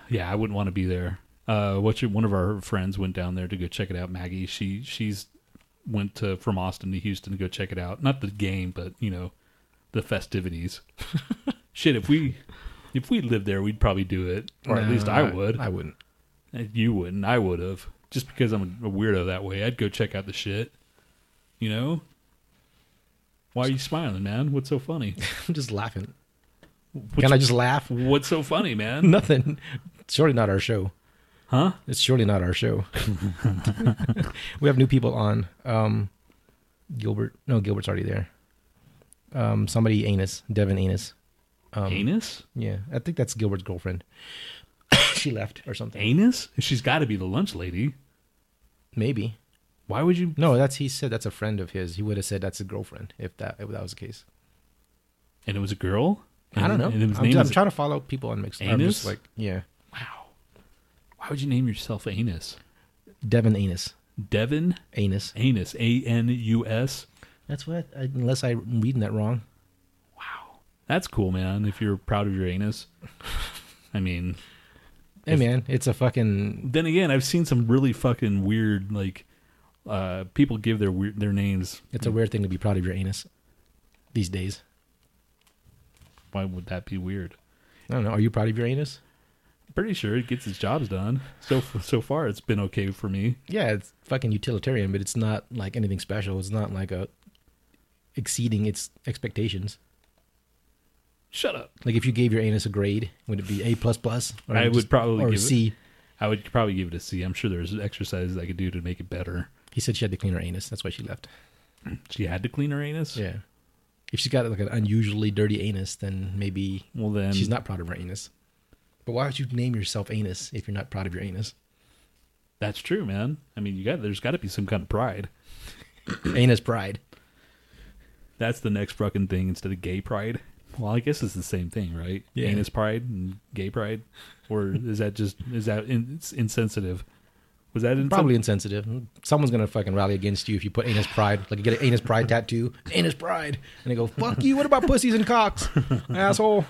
Speaker 1: yeah, I wouldn't want to be there. Uh what's your, one of our friends went down there to go check it out, Maggie. She she's went to from Austin to Houston to go check it out. Not the game, but you know, the festivities. Shit, if we if we lived there, we'd probably do it. Or at
Speaker 2: No,
Speaker 1: least I would.
Speaker 2: I wouldn't.
Speaker 1: Eh, You wouldn't. I would have. Just because I'm a weirdo that way, I'd go check out the shit. You know? Why are you smiling, man? What's so funny?
Speaker 2: I'm just laughing.
Speaker 1: What's,
Speaker 2: Can I just laugh?
Speaker 1: what's so funny, man?
Speaker 2: Nothing. Surely not our show.
Speaker 1: Huh?
Speaker 2: It's surely not our show. we have new people on. Um, Gilbert. No, Gilbert's already there. Um, somebody, Anus. Devin Anus. Um,
Speaker 1: anus?
Speaker 2: Yeah. I think that's Gilbert's girlfriend. she left or something.
Speaker 1: Anus? She's got to be the lunch lady.
Speaker 2: Maybe.
Speaker 1: Why would you?
Speaker 2: No, that's he said that's a friend of his. He would have said that's a girlfriend if that if that was the case.
Speaker 1: And it was a girl.
Speaker 2: I don't know.
Speaker 1: And it was
Speaker 2: I'm,
Speaker 1: named
Speaker 2: I'm
Speaker 1: as-
Speaker 2: trying to follow people on Mixed. I'm
Speaker 1: Anus?
Speaker 2: just like yeah,
Speaker 1: Wow. Why would you name yourself Anus?
Speaker 2: Devin Anus.
Speaker 1: Devin
Speaker 2: Anus.
Speaker 1: Anus. A N U S.
Speaker 2: That's what. I, unless I'm reading that wrong.
Speaker 1: Wow. That's cool, man. If you're proud of your anus. I mean,
Speaker 2: Hey man, it's a fucking
Speaker 1: then again, I've seen some really fucking weird like uh people give their weird their names.
Speaker 2: it's a weird thing to be proud of your anus these days.
Speaker 1: Why would that be weird?
Speaker 2: I don't know. Are you proud of your anus?
Speaker 1: Pretty sure it gets its jobs done. So so far, it's been okay for me.
Speaker 2: Yeah, it's fucking utilitarian, but it's not like anything special. It's not like a exceeding its expectations.
Speaker 1: Shut up.
Speaker 2: Like if you gave your anus a grade, would it be A plus plus? Or
Speaker 1: I would
Speaker 2: just-
Speaker 1: probably
Speaker 2: or
Speaker 1: give it-
Speaker 2: C.
Speaker 1: I would probably give it a C. I'm sure there's exercises I could do to make it better.
Speaker 2: He said she had to clean her anus. That's why she left.
Speaker 1: She had to clean her anus.
Speaker 2: Yeah. If she's got like an unusually dirty anus, then maybe
Speaker 1: Well then,
Speaker 2: she's not proud of her anus. But why would you name yourself anus if you're not proud of your anus?
Speaker 1: That's true, man. I mean, you got there's got to be some kind of pride.
Speaker 2: anus pride.
Speaker 1: That's the next fucking thing instead of gay pride. Well, I guess it's the same thing, right?
Speaker 2: Yeah.
Speaker 1: Anus pride and gay pride, or is that just is that in, it's insensitive? Was that insensitive?
Speaker 2: Probably insensitive. Someone's gonna fucking rally against you if you put anus pride. Like you get an anus pride tattoo, anus pride, and they go, "Fuck you! What about pussies and cocks, asshole?"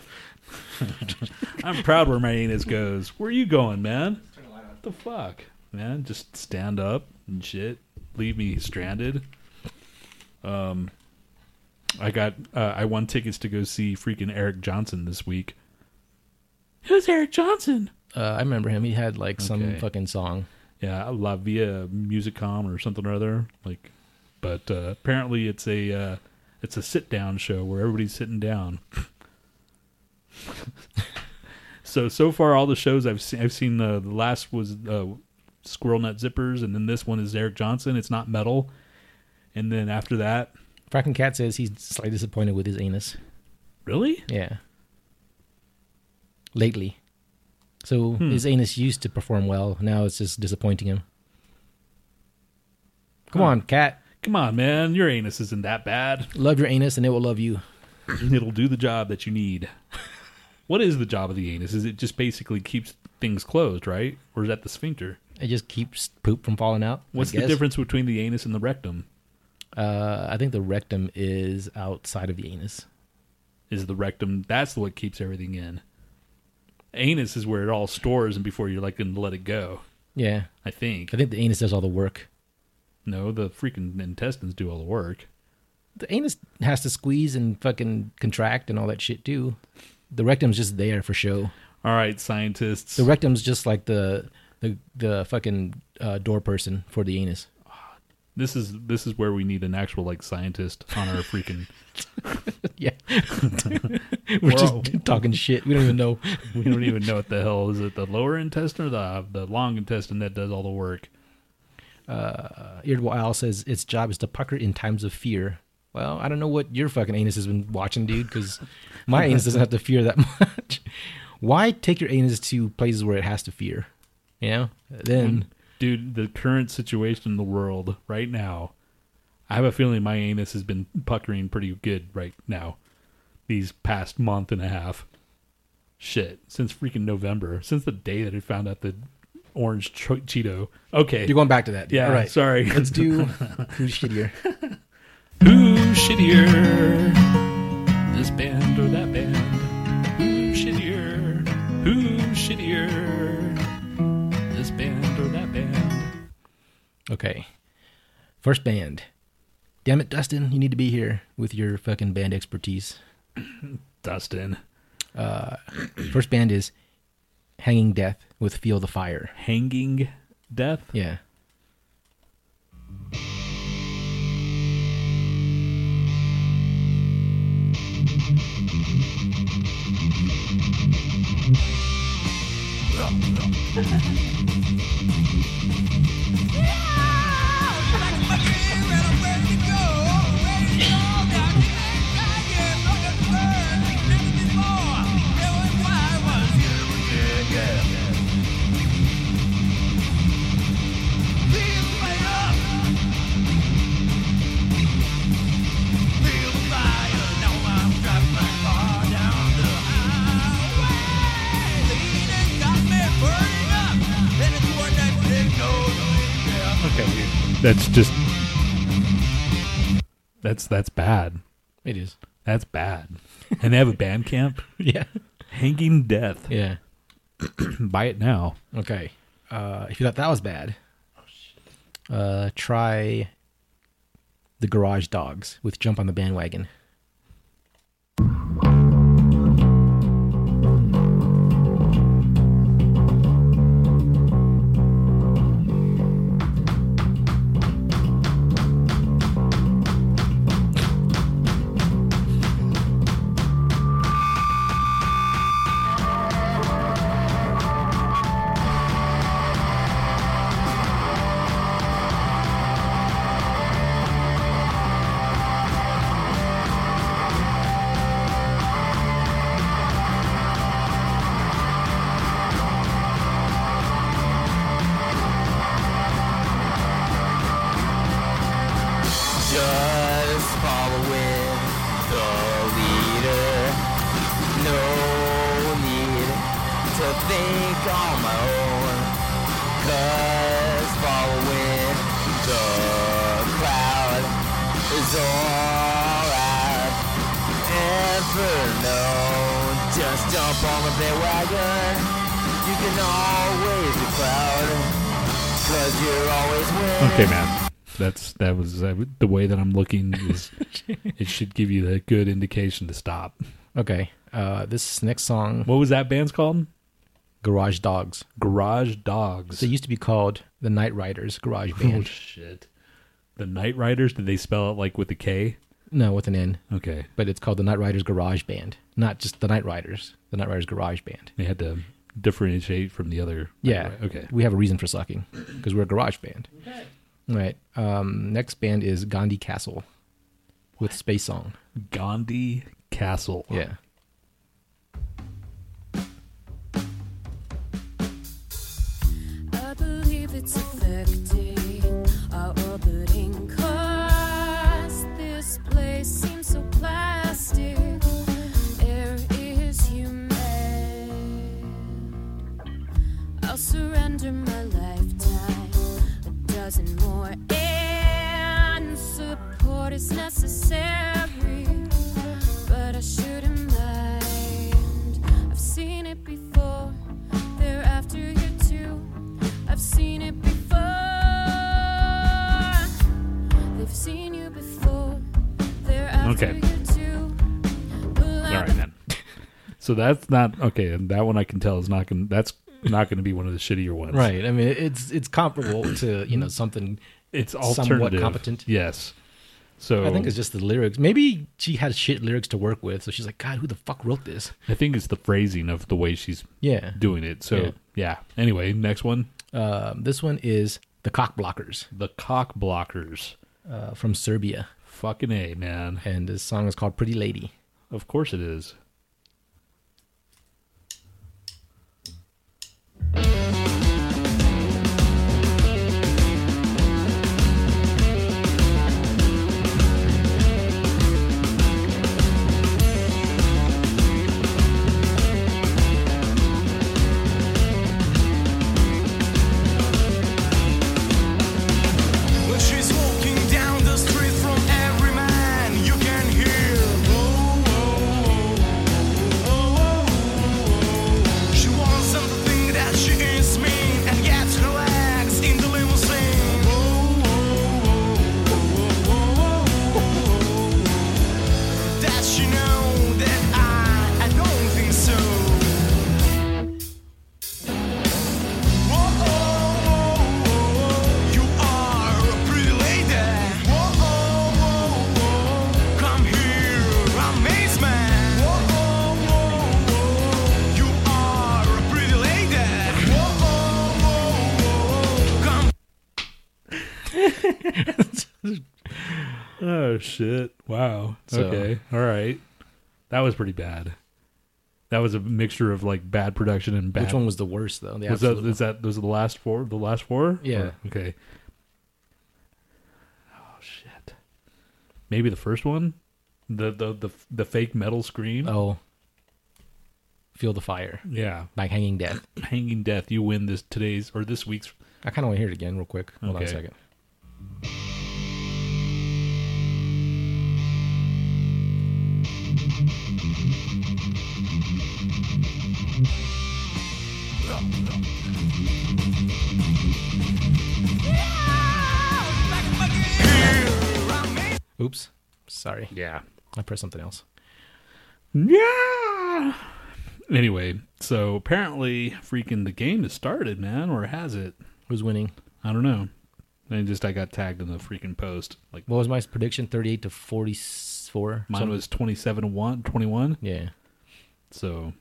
Speaker 1: I'm proud where my anus goes. Where you going, man? What the fuck, man? Just stand up and shit. Leave me stranded. Um, I got uh, I won tickets to go see freaking Eric Johnson this week. Who's Eric Johnson?
Speaker 2: Uh, I remember him. He had like some
Speaker 1: Okay.
Speaker 2: fucking song.
Speaker 1: Yeah, La Via Musicom or something or other. Like, but uh, apparently it's a uh, it's a sit down show where everybody's sitting down. so so far, all the shows I've seen, I've seen uh, the last was uh, Squirrel Nut Zippers, and then this one is Eric Johnson. It's not metal, and then after that,
Speaker 2: Fracking Cat says he's slightly disappointed with his anus.
Speaker 1: really,
Speaker 2: Yeah. Lately. So his anus used to perform well. Now it's just disappointing him. Come
Speaker 1: Huh.
Speaker 2: on, cat.
Speaker 1: come on, man, your anus isn't that bad.
Speaker 2: Love your anus and it will love you.
Speaker 1: It'll do the job that you need. What is the job of the anus? Is it just basically keeps things closed, right? Or is that the sphincter?
Speaker 2: It just keeps poop from falling out. I
Speaker 1: What's the
Speaker 2: guess.
Speaker 1: difference between the anus and the rectum?
Speaker 2: Uh, I think the rectum is outside of the anus.
Speaker 1: Is the rectum that's what keeps everything in. Anus is where it all stores and before you're like going to let it go.
Speaker 2: Yeah.
Speaker 1: I think.
Speaker 2: I think the anus does all the work.
Speaker 1: No, the freaking intestines do all the work.
Speaker 2: The anus has to squeeze and fucking contract and all that shit too. The rectum's just there for show.
Speaker 1: All right, scientists.
Speaker 2: The rectum's just like the the the fucking uh, door person for the anus.
Speaker 1: this is this is where we need an actual like scientist on our freaking
Speaker 2: Yeah. We're just
Speaker 1: all-
Speaker 2: talking shit. We don't even know.
Speaker 1: we don't even know what the hell is it the lower intestine or the the long intestine that does all the work.
Speaker 2: Uh, Irritable Owl says its job is to pucker in times of fear. Well, I don't know what your fucking anus has been watching, dude, because my anus doesn't have to fear that much. Why take your anus to places where it has to fear? You know? Then,
Speaker 1: Dude, the current situation in the world right now, I have a feeling my anus has been puckering pretty good right now. These past month and a half. Shit, since freaking November, since the day that I found out the orange cho- Cheeto. Okay.
Speaker 2: you're going back to that. Dude.
Speaker 1: yeah,
Speaker 2: All right.
Speaker 1: sorry.
Speaker 2: Let's do who's shittier.
Speaker 1: Who's shittier? This band or that band? Who's shittier? Who's shittier? This band or that band?
Speaker 2: Okay. First band. Damn it, Dustin, you need to be here with your fucking band expertise. Uh,
Speaker 1: Dustin.
Speaker 2: First band is Hanging Death with Feel the Fire.
Speaker 1: Hanging Death?
Speaker 2: Yeah.
Speaker 5: oh,
Speaker 1: Okay, That's just. That's that's bad.
Speaker 2: It is.
Speaker 1: That's bad. And they have a band camp?
Speaker 2: Yeah.
Speaker 1: Hanging Death.
Speaker 2: Yeah.
Speaker 1: Buy it now.
Speaker 2: Okay. Uh, if you thought that was bad, uh, try the Garage Dogs with Jump on the Bandwagon.
Speaker 6: Just following the leader. No need to think on my own. Cause following the crowd is all I've ever known. Just jump on the bandwagon. You can always be proud. Cause you're always winning.
Speaker 1: Okay, man. That's that was uh, the way that I'm looking is it should give you the good indication to stop.
Speaker 2: Okay. Uh, this next song,
Speaker 1: What was that band's called?
Speaker 2: Garage Dogs.
Speaker 1: Garage Dogs.
Speaker 2: They used to be called the Night Riders Garage
Speaker 1: oh
Speaker 2: Band.
Speaker 1: shit. The Night Riders, did they spell it like with a K?
Speaker 2: no, with an N.
Speaker 1: Okay.
Speaker 2: But it's called the Night Riders Garage Band. Not just the Night Riders, the Night Riders Garage Band.
Speaker 1: They had to differentiate from the other.
Speaker 2: Yeah.
Speaker 1: Okay.
Speaker 2: We have a reason for sucking because we're a garage band. Okay. All right. Um, next band is Gandhi Castle with Space Song.
Speaker 1: Gandhi Castle.
Speaker 2: Yeah.
Speaker 7: I believe it's affecting our orbiting cause this place seems so plastic. Air is humid. I'll surrender my lifetime, a dozen more, and support is necessary. But I shouldn't mind. I've seen it before, they're after you too. I've seen it before. They've seen you before, they're after
Speaker 1: Okay.
Speaker 7: you too.
Speaker 1: All right, then. so that's not okay. And that one I can tell is not going. to That's not going to be one of the shittier ones.
Speaker 2: Right. I mean, it's it's comparable to you know something.
Speaker 1: It's
Speaker 2: Somewhat
Speaker 1: alternative.
Speaker 2: competent.
Speaker 1: Yes. So
Speaker 2: I think it's just the lyrics. Maybe she had shit lyrics to work with, so she's like, God, who the fuck wrote this?
Speaker 1: I think it's the phrasing of the way she's
Speaker 2: Yeah.
Speaker 1: doing it. So
Speaker 2: Yeah.
Speaker 1: yeah. Anyway, next one.
Speaker 2: Um, this one is the Cock Blockers
Speaker 1: The Cock Blockers.
Speaker 2: uh, from Serbia,
Speaker 1: Fucking A, man.
Speaker 2: and this song is called "Pretty Lady."
Speaker 1: Of course it is.
Speaker 5: When she's walking down the street from every man, you can hear. Oh, oh, oh, oh, She wants something that she is mean and gets her legs in the limousine. Oh, oh, oh, oh, That she know that I, I don't think so. Whoa, oh, oh, oh, you are a pretty lady. Whoa, oh, oh, oh, come here, amazement. Whoa, oh, oh, oh, you are a pretty lady. Whoa, oh, oh, oh, come
Speaker 1: Oh shit! Wow.
Speaker 2: So-
Speaker 1: Okay. All right. That was pretty bad. That was a mixture of like bad production and bad.
Speaker 2: Which one was the worst though? The
Speaker 1: was that?
Speaker 2: absolute
Speaker 1: Is that those are the last four? The last four?
Speaker 2: Yeah.
Speaker 1: Or- okay. Oh shit. Maybe the first one, the the the the fake metal scream.
Speaker 2: one? Oh, "Feel the Fire"
Speaker 1: Yeah.
Speaker 2: by Hanging Death.
Speaker 1: Hanging death. You win this today's or this week's.
Speaker 2: I kind of want to hear it again, real quick. Hold on a
Speaker 1: Okay.
Speaker 2: second. Oops, sorry,
Speaker 1: Yeah.
Speaker 2: I pressed something else.
Speaker 1: Yeah. Anyway, so apparently, freaking the game has started, man, or has it?
Speaker 2: Who's winning?
Speaker 1: I don't know. I just I got tagged in the freaking post. Like
Speaker 2: What was my prediction? Thirty-eight to forty-four.
Speaker 1: mine was 27 to 1, 21.
Speaker 2: Yeah.
Speaker 1: So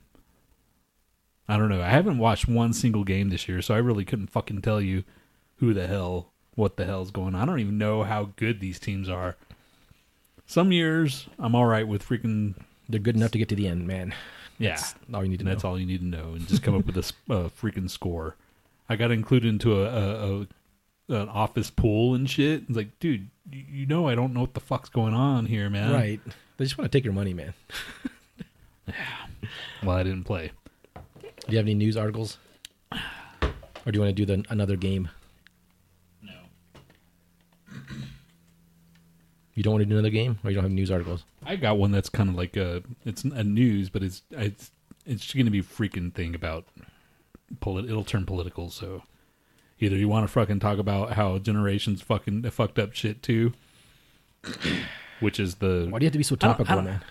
Speaker 1: I don't know. I haven't watched one single game this year, so I really couldn't fucking tell you who the hell what the hell's going on. I don't even know how good these teams are. Some years I'm all right with freaking
Speaker 2: They're good enough to get to the end, man.
Speaker 1: yeah.
Speaker 2: That's all you need to
Speaker 1: and
Speaker 2: know.
Speaker 1: that's all you need to know and just come up with a s- a freaking score i got included into a, a, a an office pool and shit it's like dude you- you know i don't know what the fuck's going on here man
Speaker 2: Right. They just want to take your money, man.
Speaker 1: well i didn't play
Speaker 2: Do you have any news articles? Or do you want to do the, another game?
Speaker 3: No.
Speaker 2: You don't want to do another game, or you don't have news articles?
Speaker 1: i got one that's kind of like a it's a news but it's it's it's just gonna be a freaking thing about polit- it'll turn political so either you want to fucking talk about how generations fucking fucked up shit too which is the
Speaker 2: Why do you have to be so
Speaker 1: I don't- I
Speaker 2: topical,
Speaker 1: don't-
Speaker 2: man?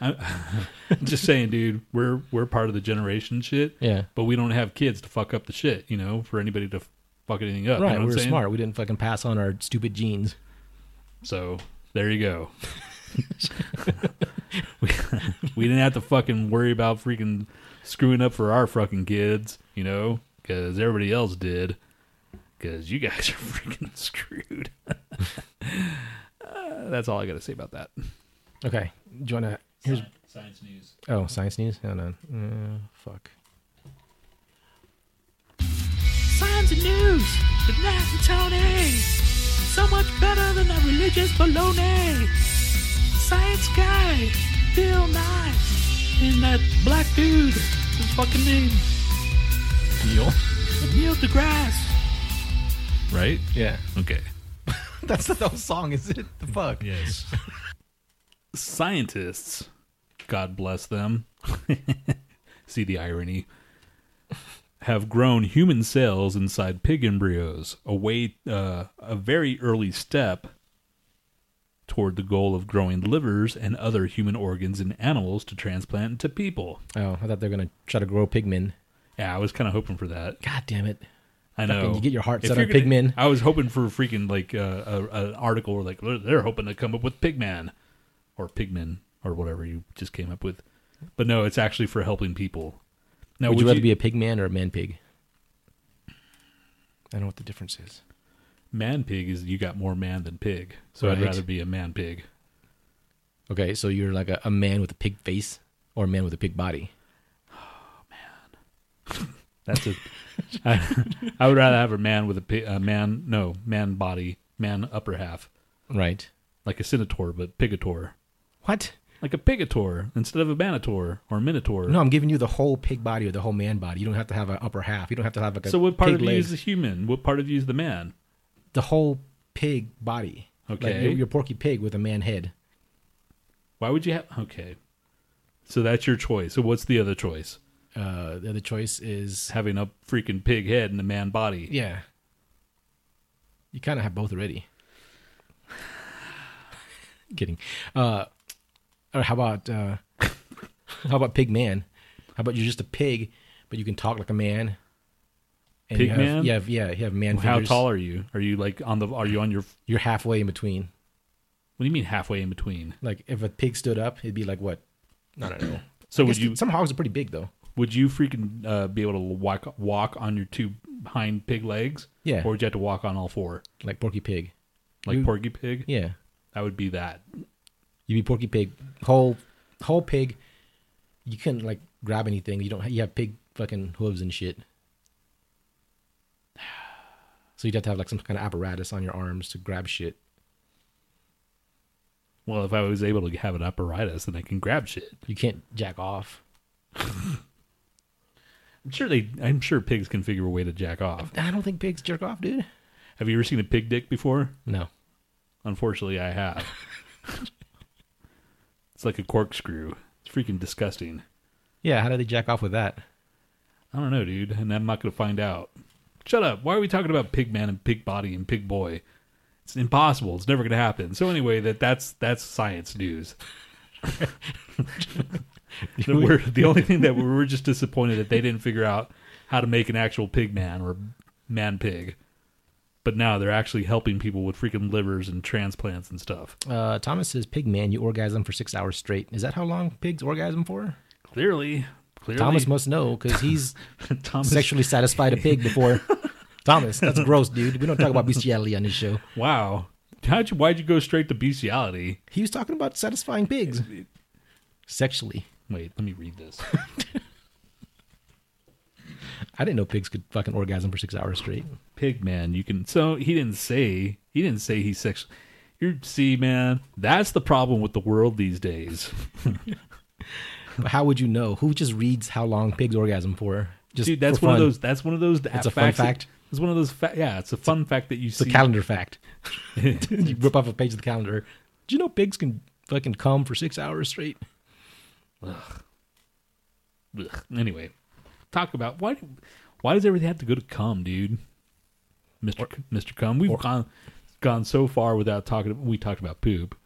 Speaker 1: I'm just saying, dude, we're we're part of the generation shit.
Speaker 2: Yeah.
Speaker 1: But we don't have kids to fuck up the shit, you know, for anybody to fuck anything up. you know what
Speaker 2: Right, we
Speaker 1: I'm
Speaker 2: were
Speaker 1: saying?
Speaker 2: smart. We didn't fucking pass on our stupid genes.
Speaker 1: So there you go. we, we didn't have to fucking worry about freaking screwing up for our fucking kids, you know, because everybody else did. Because you guys are freaking screwed. Uh, that's all I got to say about that.
Speaker 2: Okay, do you want to? Here's
Speaker 3: Science news.
Speaker 2: oh, science news. Hold on. Uh, fuck.
Speaker 8: Science and news, the nasty Tony. So much better than that religious baloney. Science guy, Bill Nye, and that black dude, his fucking name,
Speaker 1: Neil,
Speaker 8: Neil deGrasse.
Speaker 1: right?
Speaker 2: Yeah,
Speaker 1: Okay.
Speaker 2: that's the whole song, is it? The fuck.
Speaker 1: Yes. Scientists, God bless them. See the irony. Have grown human cells inside pig embryos, a way, uh, a very early step toward the goal of growing livers and other human organs in animals to transplant to people.
Speaker 2: Oh, I thought they were gonna try to grow pigmen.
Speaker 1: Yeah, I was kind of hoping for that.
Speaker 2: God damn it!
Speaker 1: I know.
Speaker 2: Fucking- you get your heart
Speaker 1: If
Speaker 2: set
Speaker 1: you're
Speaker 2: on Pigman.
Speaker 1: I was hoping for freaking like uh, a, an article where like they're hoping to come up with Pigman or Pigman or whatever you just came up with, but no, it's actually for helping people. Now,
Speaker 2: Would, you rather be a pigman or a man pig? I don't know what the difference is.
Speaker 1: Man pig is you got more man than pig. So I'd
Speaker 2: Right.
Speaker 1: rather be a man pig.
Speaker 2: Okay, so you're like a, a man with a pig face or a man with a pig body.
Speaker 1: That's it. I, I would rather have a man with a, pi- a man, no, man body, man upper half,
Speaker 2: Right.
Speaker 1: like a centaur, but pigator.
Speaker 2: What?
Speaker 1: Like a pigator instead of a manator or a minotaur.
Speaker 2: No, I'm giving you the whole pig body or the whole man body. You don't have to have an upper half. You don't have to have like a
Speaker 1: so what part
Speaker 2: pig
Speaker 1: of you
Speaker 2: leg.
Speaker 1: is the human? What part of you is the man?
Speaker 2: the whole pig body.
Speaker 1: Okay.
Speaker 2: Like you're, you're Porky Pig with a man head.
Speaker 1: Why would you have? Okay. So that's your choice. So what's the other choice?
Speaker 2: Uh, the other choice is
Speaker 1: Having a freaking pig head and a man body.
Speaker 2: yeah. You kind of have both already. Kidding. Uh, or how about uh, how about Pig Man? How about you're just a pig, but you can talk like a man. And
Speaker 1: Pig
Speaker 2: you have,
Speaker 1: man?
Speaker 2: You have, yeah, you have man.
Speaker 1: How
Speaker 2: fingers.
Speaker 1: tall are you? Are you like on the? Are you on your? What
Speaker 2: You're halfway in between.
Speaker 1: do you mean halfway in between?
Speaker 2: Like if a pig stood up, it'd be like what? I don't know.
Speaker 1: So
Speaker 2: I
Speaker 1: would
Speaker 2: guess
Speaker 1: you
Speaker 2: some hogs are pretty big though.
Speaker 1: would you freaking uh, be able to walk walk on your two hind pig legs?
Speaker 2: Yeah.
Speaker 1: Or would you have to walk on all four
Speaker 2: Like Porky Pig.
Speaker 1: like
Speaker 2: You-
Speaker 1: Porky Pig?
Speaker 2: Yeah.
Speaker 1: That would be that.
Speaker 2: You be Porky Pig, whole whole pig. You couldn't like grab anything. You don't. You have pig fucking hooves and shit. So you'd have to have like some kind of apparatus on your arms to grab shit.
Speaker 1: Well, if I was able to have an apparatus, then I can grab shit.
Speaker 2: You can't jack off.
Speaker 1: I'm sure they. I'm sure pigs can figure a way to jack off.
Speaker 2: I don't think pigs jerk off, dude.
Speaker 1: Have you ever seen a pig dick before?
Speaker 2: No.
Speaker 1: Unfortunately, I have. it's like a corkscrew. It's freaking disgusting.
Speaker 2: Yeah. How do they jack off with that?
Speaker 1: I don't know, dude, and I'm not going to find out. Shut up. Why are we talking about pig man and pig body and pig boy? It's impossible. It's never going to happen. So anyway, that that's that's science news. The- we're, the only thing that we were just disappointed that they didn't figure out how to make an actual pig man or man pig. But now they're actually helping people with freaking livers and transplants and stuff.
Speaker 2: Uh, Thomas says, "Pig man, you orgasm for six hours straight. Is that how long pigs orgasm for?"
Speaker 1: Clearly, clearly,
Speaker 2: Thomas must know because he's
Speaker 1: Thomas
Speaker 2: sexually satisfied a pig before. Thomas, that's gross, dude. We don't talk about bestiality on this show.
Speaker 1: Wow. How'd you, why'd you go straight to bestiality?
Speaker 2: He was talking about satisfying pigs sexually.
Speaker 1: Wait, let me read this.
Speaker 2: I didn't know pigs could fucking orgasm for six hours straight.
Speaker 1: Pig man, you can. So he didn't say he didn't say he's sexual. You see, man, that's the problem with the world these days.
Speaker 2: But how would you know? Who just reads how long pigs orgasm for? Just
Speaker 1: Dude, that's
Speaker 2: for
Speaker 1: one of
Speaker 2: fun.
Speaker 1: those. That's one of those. That's
Speaker 2: a fun fact.
Speaker 1: It's one of those. Fa- yeah, it's a fun fact that you
Speaker 2: It's a
Speaker 1: see.
Speaker 2: calendar fact. you rip off a page of the calendar. Do you know pigs can fucking come for six hours straight?
Speaker 1: Ugh. Anyway, talk about why. Why does everything have to go to cum, dude? Mister Mister Cum, we've gone gone so far without talking. We talked about poop.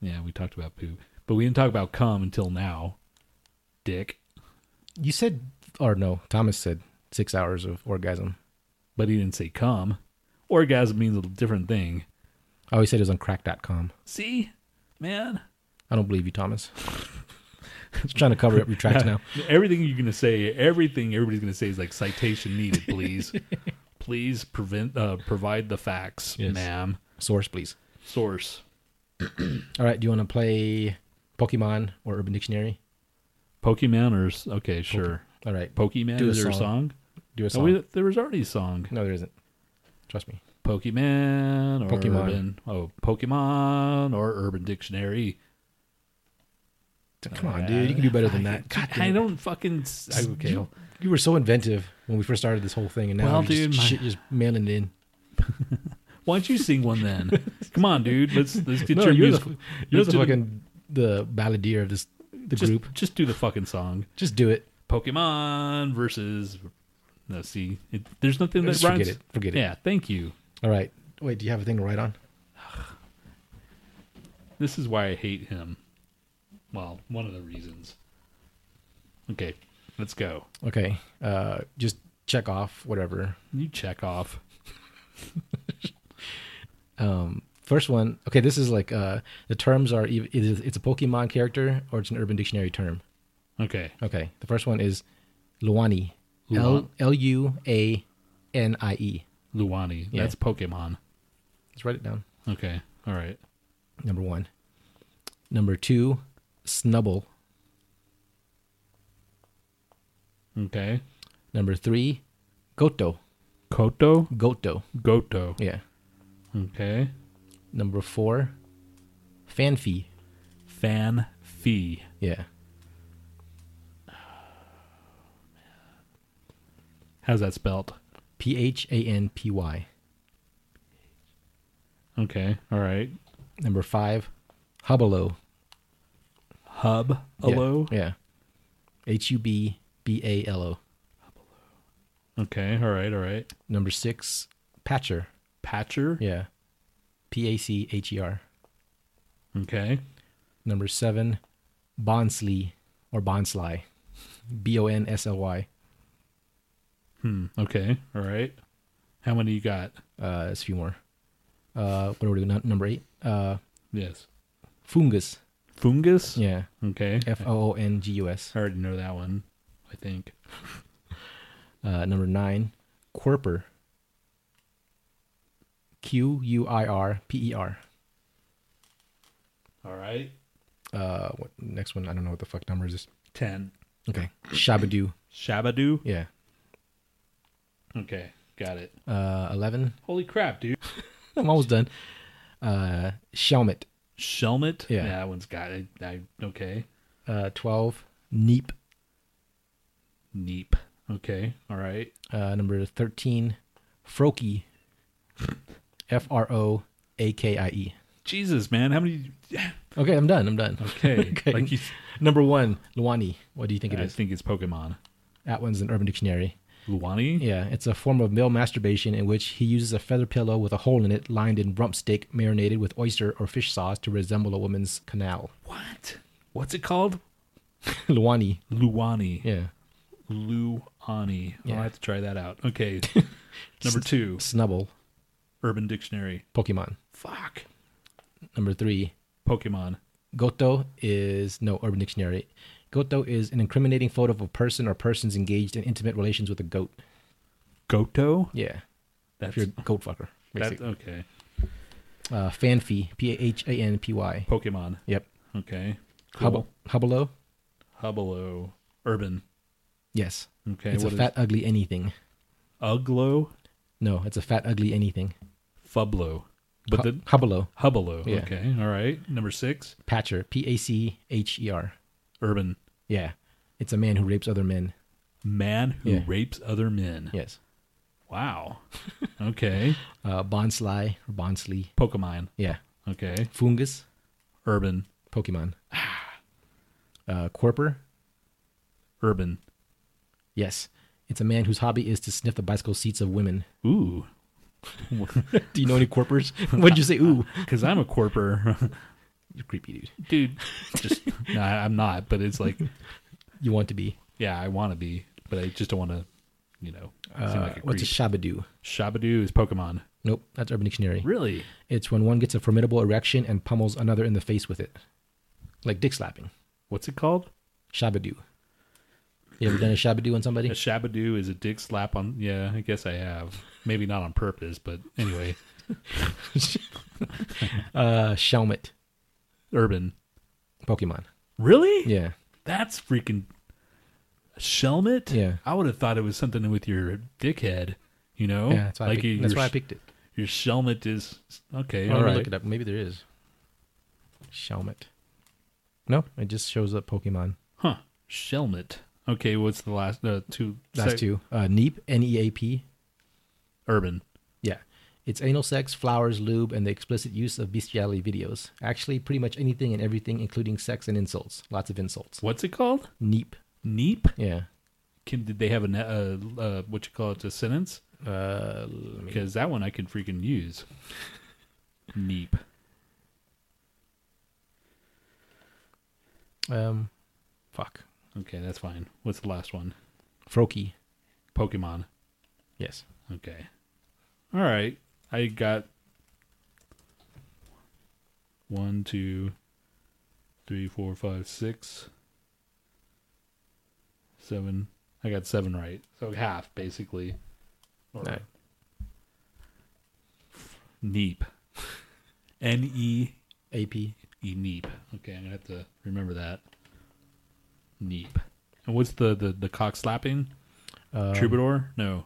Speaker 1: Yeah, we talked about poop, but we didn't talk about cum until now. Dick,
Speaker 2: You said, or no, Thomas said six hours of orgasm.
Speaker 1: but he didn't say cum. Orgasm means a different thing.
Speaker 2: I always said it was on crack.com.
Speaker 1: See, man,
Speaker 2: I don't believe you, Thomas. Just trying to cover up your tracks now.
Speaker 1: everything you're gonna say, everything everybody's gonna say is like citation needed. Please, please prevent uh, provide the facts,
Speaker 2: Yes.
Speaker 1: ma'am.
Speaker 2: Source, please.
Speaker 1: Source.
Speaker 2: All right, do you want to play Pokemon or Urban Dictionary?
Speaker 1: Pokemon or s- okay, sure.
Speaker 2: All right,
Speaker 1: Pokemon
Speaker 2: Do a
Speaker 1: is there a song?
Speaker 2: song. do a
Speaker 1: No,
Speaker 2: song.
Speaker 1: we, there was already a song.
Speaker 2: No, there isn't. Trust me.
Speaker 1: Pokemon or
Speaker 2: Pokemon.
Speaker 1: Urban. Oh, Pokemon or Urban Dictionary.
Speaker 2: Come on, dude. You can do better than that.
Speaker 1: God, I don't fucking. s- I- Okay,
Speaker 2: You, you were so inventive when we first started this whole thing, and now
Speaker 1: Well,
Speaker 2: you're
Speaker 1: dude,
Speaker 2: just,
Speaker 1: my-
Speaker 2: shit, just mailing it in.
Speaker 1: why don't you sing one then? Come on, dude. Let's let's get
Speaker 2: No,
Speaker 1: your
Speaker 2: you're
Speaker 1: music.
Speaker 2: the, you're
Speaker 1: let's
Speaker 2: the
Speaker 1: do
Speaker 2: fucking the balladeer of this the
Speaker 1: just,
Speaker 2: group.
Speaker 1: Just do the fucking song.
Speaker 2: Just do it.
Speaker 1: Pokemon versus. No, see, it, there's nothing that
Speaker 2: Just
Speaker 1: rhymes.
Speaker 2: forget it. Forget it.
Speaker 1: Yeah, thank you.
Speaker 2: All right. Wait, do you have a thing to write on?
Speaker 1: This is why I hate him. Well, one of the reasons. Okay, let's go.
Speaker 2: Okay. Uh, just check off whatever.
Speaker 1: You check off.
Speaker 2: First one. Okay, this is like uh, the terms are eith- either it's a Pokemon character or it's an Urban Dictionary term.
Speaker 1: Okay.
Speaker 2: Okay. The first one is Luani.
Speaker 1: Luan-
Speaker 2: L L U A N I E.
Speaker 1: Luwani.
Speaker 2: Yeah.
Speaker 1: That's Pokemon.
Speaker 2: Let's write it down.
Speaker 1: Okay. All right.
Speaker 2: Number one. Number two, Snubble.
Speaker 1: Okay.
Speaker 2: Number three, Goto.
Speaker 1: Koto?
Speaker 2: Goto.
Speaker 1: Goto.
Speaker 2: Yeah.
Speaker 1: Okay.
Speaker 2: Number four, Fanfi.
Speaker 1: Fan Fee.
Speaker 2: Yeah.
Speaker 1: How's that spelled?
Speaker 2: P H A N P Y.
Speaker 1: Okay. All right.
Speaker 2: Number five, Hubalo.
Speaker 1: Hub Hello.
Speaker 2: Yeah. H U B B A L O.
Speaker 1: Okay. All right. All right.
Speaker 2: Number six, Patcher.
Speaker 1: Patcher.
Speaker 2: Yeah. P A C H E R.
Speaker 1: Okay.
Speaker 2: Number seven, Bonsly or Bonsly. B O N S L Y.
Speaker 1: Hmm. Okay. All right. How many you got?
Speaker 2: Uh, there's a few more. Uh, what are we doing? Num- Number eight, uh,
Speaker 1: Yes.
Speaker 2: Fungus.
Speaker 1: Fungus.
Speaker 2: Yeah.
Speaker 1: Okay.
Speaker 2: F O O N G U S.
Speaker 1: I already know that one. I think.
Speaker 2: Uh, number nine, Quirper. Q U I R P E R.
Speaker 1: All right.
Speaker 2: Uh, what, next one, I don't know what the fuck number is this.
Speaker 1: Ten.
Speaker 2: Okay. Shabadoo.
Speaker 1: Shabadoo.
Speaker 2: Yeah.
Speaker 1: Okay. Got it.
Speaker 2: Uh, 11.
Speaker 1: Holy crap, dude.
Speaker 2: I'm almost done. Uh, Shelmet.
Speaker 1: Shelmet.
Speaker 2: Yeah.
Speaker 1: that one's got it. I, okay.
Speaker 2: Uh, 12. Neep.
Speaker 1: Neep. Okay. All right.
Speaker 2: Uh, number 13. Froki. F R O A K I E.
Speaker 1: Jesus, man. How many?
Speaker 2: Okay, I'm done. I'm done.
Speaker 1: Okay.
Speaker 2: Okay.
Speaker 1: Like you,
Speaker 2: Number one, Luwani. What do you think it
Speaker 1: I
Speaker 2: is?
Speaker 1: think it's Pokemon.
Speaker 2: That one's an urban dictionary.
Speaker 1: Luwani.
Speaker 2: Yeah, it's a form of male masturbation in which he uses a feather pillow with a hole in it lined in rump steak marinated with oyster or fish sauce to resemble a woman's canal.
Speaker 1: What? What's it called?
Speaker 2: Luwani.
Speaker 1: Luwani.
Speaker 2: Yeah.
Speaker 1: Luwani.
Speaker 2: Yeah.
Speaker 1: I'll have to try that out. Okay. Number two,
Speaker 2: Snubble.
Speaker 1: Urban Dictionary.
Speaker 2: Pokemon.
Speaker 1: Fuck.
Speaker 2: Number three,
Speaker 1: Pokemon.
Speaker 2: Goto is no Urban Dictionary. Goto is an incriminating photo of a person or persons engaged in intimate relations with a goat.
Speaker 1: Goto.
Speaker 2: Yeah,
Speaker 1: That's
Speaker 2: if you're a goat fucker.
Speaker 1: that,
Speaker 2: Basically.
Speaker 1: okay.
Speaker 2: Uh, fanfy, P H A N P Y.
Speaker 1: Pokemon.
Speaker 2: Yep.
Speaker 1: Okay.
Speaker 2: Hubble,
Speaker 1: Cool.
Speaker 2: Hubblo.
Speaker 1: Hubble. Urban.
Speaker 2: Yes.
Speaker 1: Okay.
Speaker 2: it's a
Speaker 1: what is-
Speaker 2: fat ugly anything.
Speaker 1: Uglo.
Speaker 2: No, it's a fat ugly anything.
Speaker 1: Fublo. But the
Speaker 2: Hubblo,
Speaker 1: Hubble.
Speaker 2: Yeah.
Speaker 1: Okay. All right. Number six,
Speaker 2: Patcher, P A C H E R.
Speaker 1: Urban.
Speaker 2: Yeah, it's a man who rapes other men.
Speaker 1: Man who
Speaker 2: Yeah.
Speaker 1: rapes other men.
Speaker 2: Yes.
Speaker 1: Wow. Okay.
Speaker 2: Uh, Bonsly or Bonsly.
Speaker 1: Pokemon.
Speaker 2: Yeah.
Speaker 1: Okay.
Speaker 2: Fungus,
Speaker 1: Urban.
Speaker 2: Pokemon.
Speaker 1: Ah.
Speaker 2: Uh, Quirper.
Speaker 1: Urban.
Speaker 2: Yes. It's a man whose hobby is to sniff the bicycle seats of women.
Speaker 1: Ooh.
Speaker 2: Do you know any corpers? What'd you say? Ooh.
Speaker 1: Because I'm a corper.
Speaker 2: You're creepy, dude.
Speaker 1: Dude, just, no, I- I'm not, but it's like,
Speaker 2: You want to be.
Speaker 1: yeah, I want to be, but I just don't want to, you know, seem
Speaker 2: Uh,
Speaker 1: like a creep.
Speaker 2: what's a shabadoo?
Speaker 1: Shabadoo is Pokemon.
Speaker 2: Nope, that's Urban Dictionary.
Speaker 1: Really?
Speaker 2: It's when one gets a formidable erection and pummels another in the face with it. Like dick slapping.
Speaker 1: What's it called?
Speaker 2: Shabadoo. You ever done a shabadoo on
Speaker 1: A
Speaker 2: somebody?
Speaker 1: shabadoo is a dick slap on. Yeah, I guess I have. Maybe not on purpose, but anyway.
Speaker 2: Uh, Shelmet.
Speaker 1: Urban.
Speaker 2: Pokemon.
Speaker 1: Really?
Speaker 2: Yeah.
Speaker 1: That's freaking. Shelmet?
Speaker 2: Yeah.
Speaker 1: I would have thought it was something with your dickhead, you know?
Speaker 2: yeah, that's why, I,
Speaker 1: Oh, like
Speaker 2: picked,
Speaker 1: your,
Speaker 2: that's why I picked it.
Speaker 1: Your shelmet is. Okay,
Speaker 2: Let
Speaker 1: all
Speaker 2: me
Speaker 1: right.
Speaker 2: look it up. Maybe there is. Shelmet. No, it just shows up Pokemon.
Speaker 1: Huh. Shelmet. Okay, what's the last uh, two?
Speaker 2: Last
Speaker 1: sec-
Speaker 2: two. Uh, Neep, N E A P.
Speaker 1: Urban.
Speaker 2: Yeah. It's anal sex, flowers, lube, and the explicit use of bestiality videos. Actually, pretty much anything and everything, including sex and insults. Lots of insults.
Speaker 1: What's it called?
Speaker 2: Neep.
Speaker 1: Neep.
Speaker 2: Yeah.
Speaker 1: Can, did they have a ne- uh, uh, what you call it a sentence?
Speaker 2: Uh,
Speaker 1: Because that one I can freaking use. Neep.
Speaker 2: um, fuck.
Speaker 1: Okay, that's fine. What's the last one?
Speaker 2: Froakie.
Speaker 1: Pokemon.
Speaker 2: Yes.
Speaker 1: Okay. All right. I got one, two, three, four, five, six, seven. I got seven right. So half, basically. Or-
Speaker 2: All right.
Speaker 1: Neep. N E
Speaker 2: AP.
Speaker 1: E Neep. Okay, I'm gonna have to remember that. Neep. And what's the the, the cock slapping?
Speaker 2: Um,
Speaker 1: Troubadour? No.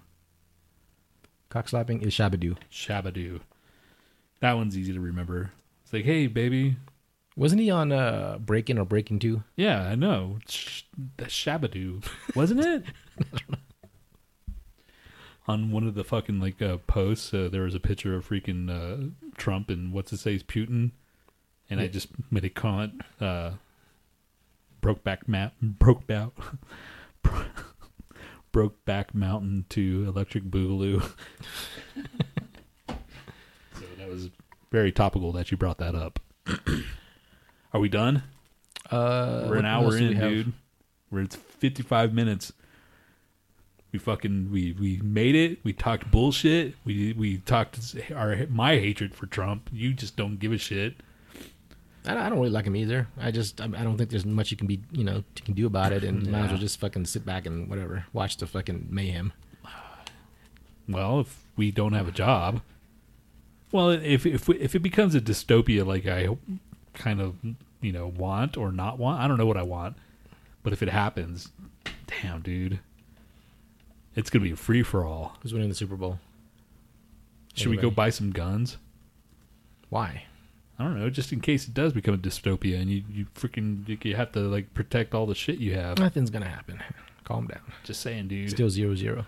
Speaker 2: Cock slapping is Shabadoo.
Speaker 1: Shabadoo. That one's easy to remember. It's like, hey baby.
Speaker 2: Wasn't he on uh, Breaking or Breaking Two?
Speaker 1: Yeah, I know. Sh- that Shabadoo, wasn't it? On one of the fucking like uh, posts, uh, there was a picture of freaking uh, Trump and what's it say is Putin, and I just made a comment. Uh, broke back map, broke out, broke back mountain to electric boogaloo. so that was very topical that you brought that up. Are we done?
Speaker 2: Uh,
Speaker 1: We're an
Speaker 2: what else
Speaker 1: hour
Speaker 2: do we
Speaker 1: in,
Speaker 2: have?
Speaker 1: dude. We're it's fifty five minutes. We fucking we we made it. We talked bullshit. We we talked our my hatred for Trump. You just don't give a shit.
Speaker 2: I don't, I don't really like him either. I just I, I don't think there's much you can be you know you can do about it, and might as well just fucking sit back and whatever watch the fucking mayhem.
Speaker 1: Well, if we don't have a job, well, if if we, if it becomes a dystopia like I kind of you know want or not want, I don't know what I want, but if it happens, damn, dude, it's gonna be a free for all.
Speaker 2: Who's winning the Super Bowl?
Speaker 1: Should we go
Speaker 2: Anybody?
Speaker 1: buy some guns?
Speaker 2: Why?
Speaker 1: I don't know, just in case it does become a dystopia and you, you freaking you, you have to like protect all the shit you have.
Speaker 2: Nothing's gonna happen. Calm down.
Speaker 1: Just saying, dude.
Speaker 2: Still zero zero.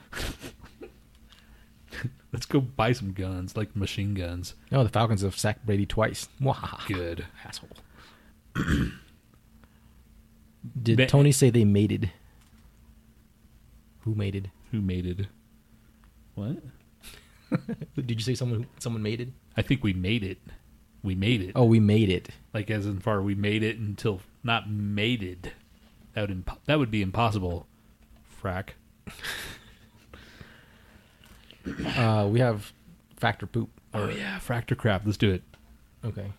Speaker 1: Let's go buy some guns, like machine guns.
Speaker 2: No, the Falcons have sacked Brady twice. Mwahaha.
Speaker 1: Good.
Speaker 2: Asshole. Did
Speaker 1: Ba-
Speaker 2: Tony say they mated? Who mated?
Speaker 1: Who mated? What?
Speaker 2: Did you say someone someone mated?
Speaker 1: I think we made it. We made it.
Speaker 2: Oh, we made it.
Speaker 1: Like as in far we made it until not mated. That would imp- that would be impossible. Frack.
Speaker 2: Uh, we have factor poop. Uh,
Speaker 1: Oh yeah, fractor crap. Let's do it.
Speaker 2: Okay.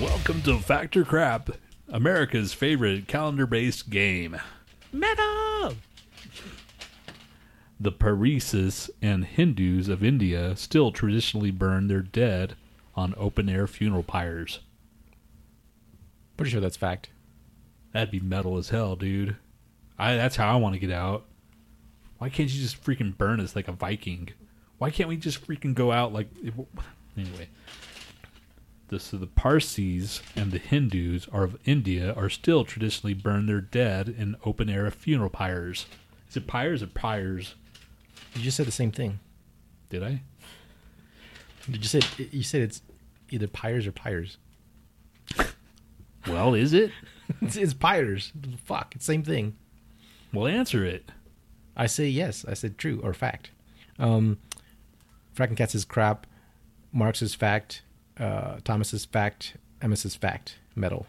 Speaker 1: Welcome to Factor Crap, America's favorite calendar-based game.
Speaker 8: Metal!
Speaker 1: the Parisis and Hindus of India still traditionally burn their dead on open air funeral pyres.
Speaker 2: Pretty sure that's fact.
Speaker 1: That'd be metal as hell, dude. I that's how I want to get out. Why can't you just freaking burn us like a Viking? Why can't we just freaking go out like it- anyway? The, so the Parsis and the Hindus are of India are still traditionally burn their dead in open air funeral pyres. Is it pyres or pyres?
Speaker 2: You just said the same thing.
Speaker 1: Did I?
Speaker 2: Did you said you said it's either pyres or pyres?
Speaker 1: Well, is it?
Speaker 2: It's, it's pyres. Fuck, it's same thing.
Speaker 1: Well, answer it.
Speaker 2: I say yes. I said true or fact. Um, Frankencats is crap. Marx is fact. Uh, Thomas is fact. Emmis is fact. Metal.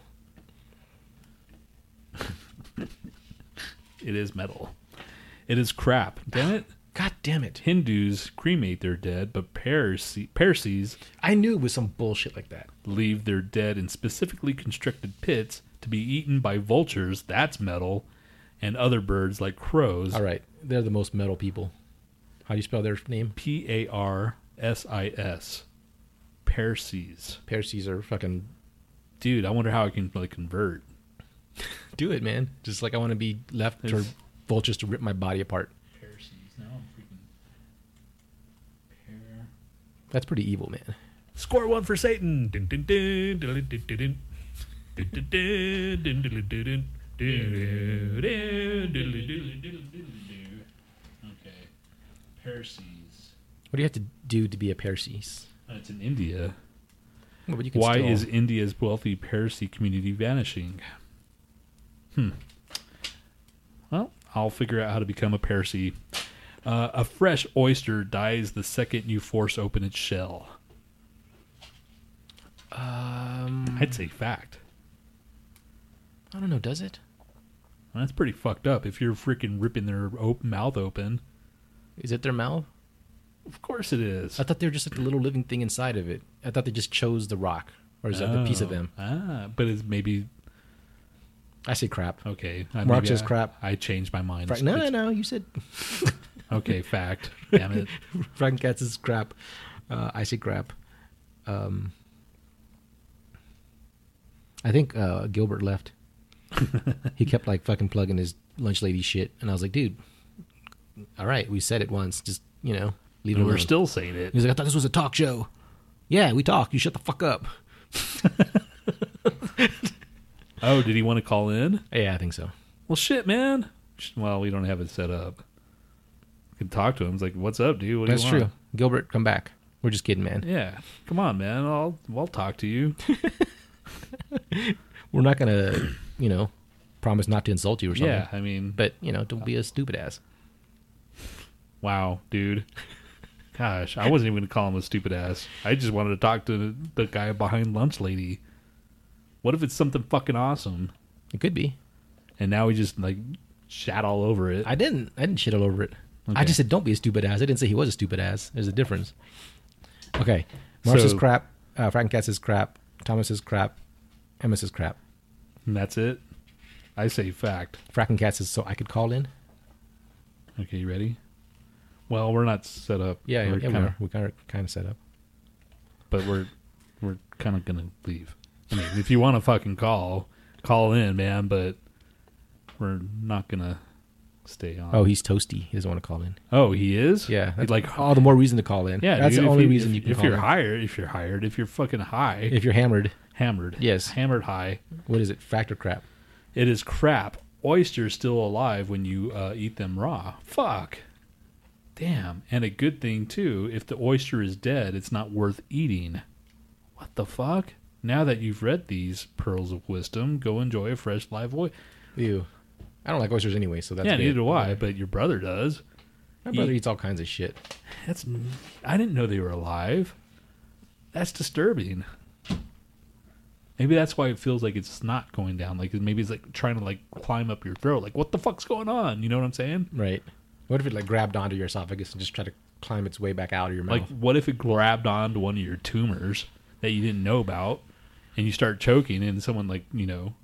Speaker 1: It is metal. It is crap. Damn it.
Speaker 2: God damn it!
Speaker 1: Hindus cremate their dead, but Parsi- Parsis
Speaker 2: I knew it was some bullshit like that.
Speaker 1: leave their dead in specifically constructed pits to be eaten by vultures, that's metal, and other birds like crows.
Speaker 2: All right, they're the most metal people. How do you spell their name?
Speaker 1: P A R S I S. Parsis.
Speaker 2: Parsis are fucking
Speaker 1: Dude, I wonder how I can like convert.
Speaker 2: do it, man. Just like I want to be left for
Speaker 1: It's-
Speaker 2: vultures to rip my body apart.
Speaker 3: Parasites. Now I'm freaking. Pear.
Speaker 2: That's pretty evil, man.
Speaker 1: Score one for Satan. Dun, dun, dun, dun, dun, dun, dun. Dun, dun, dun, dun, dun, dun, dun, dun. Dun, dun, dun, dun, dun, dun.
Speaker 3: Diddle-diddle-diddle-diddle-doo. Okay. Parasites.
Speaker 2: What do you have to do to be a Parsis?
Speaker 1: Uh, It's in India.
Speaker 2: Well, but you can
Speaker 1: Why
Speaker 2: still-
Speaker 1: is India's wealthy Parsi community vanishing? Hmm. Well, I'll figure out how to become a Parsi. Uh, a fresh oyster dies the second you force open its shell.
Speaker 2: um,
Speaker 1: I'd say fact.
Speaker 2: I don't know. Does it?
Speaker 1: Well, that's pretty fucked up if you're freaking ripping their op- mouth open.
Speaker 2: Is it their mouth?
Speaker 1: Of course it is.
Speaker 2: I thought they were just like the little living thing inside of it. I thought they just chose the rock, or is that the piece of
Speaker 1: Oh.
Speaker 2: them?
Speaker 1: Ah, but it's maybe
Speaker 2: I say crap.
Speaker 1: okay. I-
Speaker 2: Mark
Speaker 1: maybe
Speaker 2: says
Speaker 1: I-
Speaker 2: crap.
Speaker 1: I changed my mind.
Speaker 2: Fra- no, no, you said
Speaker 1: Okay, fact. Damn it.
Speaker 2: Frank Katz is crap. Uh, I say crap. Um, I think uh, Gilbert left. he kept like fucking plugging his lunch lady shit, and I was like, dude, all right, we said it once, just you know, leave it
Speaker 1: We're
Speaker 2: alone.
Speaker 1: still saying it.
Speaker 2: He's like, I thought this was a talk show. Yeah, we talk. You shut the fuck up.
Speaker 1: Oh, did he want to call in?
Speaker 2: Yeah, I think so.
Speaker 1: Well, shit, man. Sh- Well, we don't have it set up. We can talk to him. It's like, what's up, dude? What do you
Speaker 2: That's
Speaker 1: want?"
Speaker 2: true. Gilbert, come back. We're just kidding, man.
Speaker 1: Yeah, come on, man. I'll I'll talk to you.
Speaker 2: We're not gonna, you know, promise not to insult you or something.
Speaker 1: yeah, I mean,
Speaker 2: But you know, don't be a stupid ass.
Speaker 1: wow, dude. Gosh, I wasn't even gonna call him a stupid ass. I just wanted to talk to the- the guy behind lunch lady. What if it's something fucking awesome?
Speaker 2: It could be.
Speaker 1: And now he just like shat all over it.
Speaker 2: I didn't. I didn't shit all over it. I
Speaker 1: Okay.
Speaker 2: just said don't be a stupid ass. I didn't say he was a stupid ass. There's a difference. Okay, Mars is
Speaker 1: So-
Speaker 2: crap. Uh, Frankencat is crap. Thomas is crap. Emma is crap.
Speaker 1: and that's it. I say fact.
Speaker 2: Frankencat is so I could call in.
Speaker 1: Okay, you ready? Well, we're not set up.
Speaker 2: Yeah,
Speaker 1: we're
Speaker 2: yeah, we
Speaker 1: kinda-
Speaker 2: are. We kind of kind of set up.
Speaker 1: but we're we're kind of gonna leave. I mean, if you want to fucking call, call in, man. But we're not gonna stay on.
Speaker 2: Oh, he's toasty. He doesn't want to call in.
Speaker 1: oh, he is.
Speaker 2: Yeah,
Speaker 1: He'd
Speaker 2: that's
Speaker 1: like
Speaker 2: all the more reason to call in.
Speaker 1: yeah.
Speaker 2: that's
Speaker 1: dude,
Speaker 2: the
Speaker 1: if
Speaker 2: only
Speaker 1: you-
Speaker 2: reason
Speaker 1: if,
Speaker 2: you can
Speaker 1: If
Speaker 2: call
Speaker 1: you're
Speaker 2: in.
Speaker 1: hired, if you're hired, if you're fucking high,
Speaker 2: If you're hammered,
Speaker 1: hammered,
Speaker 2: Yes.
Speaker 1: hammered high.
Speaker 2: what is it? Factor crap.
Speaker 1: It is crap. Oysters still alive when you uh, eat them raw. Fuck. Damn. And a good thing too. If the oyster is dead, it's not worth eating. What the fuck? Now that you've read these pearls of wisdom, go enjoy a fresh live oyster.
Speaker 2: Ew. I don't like oysters anyway, so that's
Speaker 1: Yeah,
Speaker 2: good.
Speaker 1: neither do I. But your brother does.
Speaker 2: My brother eats all kinds of shit.
Speaker 1: That's. I didn't know they were alive. That's disturbing. Maybe that's why it feels like it's not going down. Like maybe it's like trying to like climb up your throat. Like what the fuck's going on? You know what I'm saying?
Speaker 2: Right. What if it like grabbed onto your esophagus and just tried to climb its way back out of your mouth?
Speaker 1: Like, what if it grabbed onto one of your tumors that you didn't know about, and you start choking, and someone like you know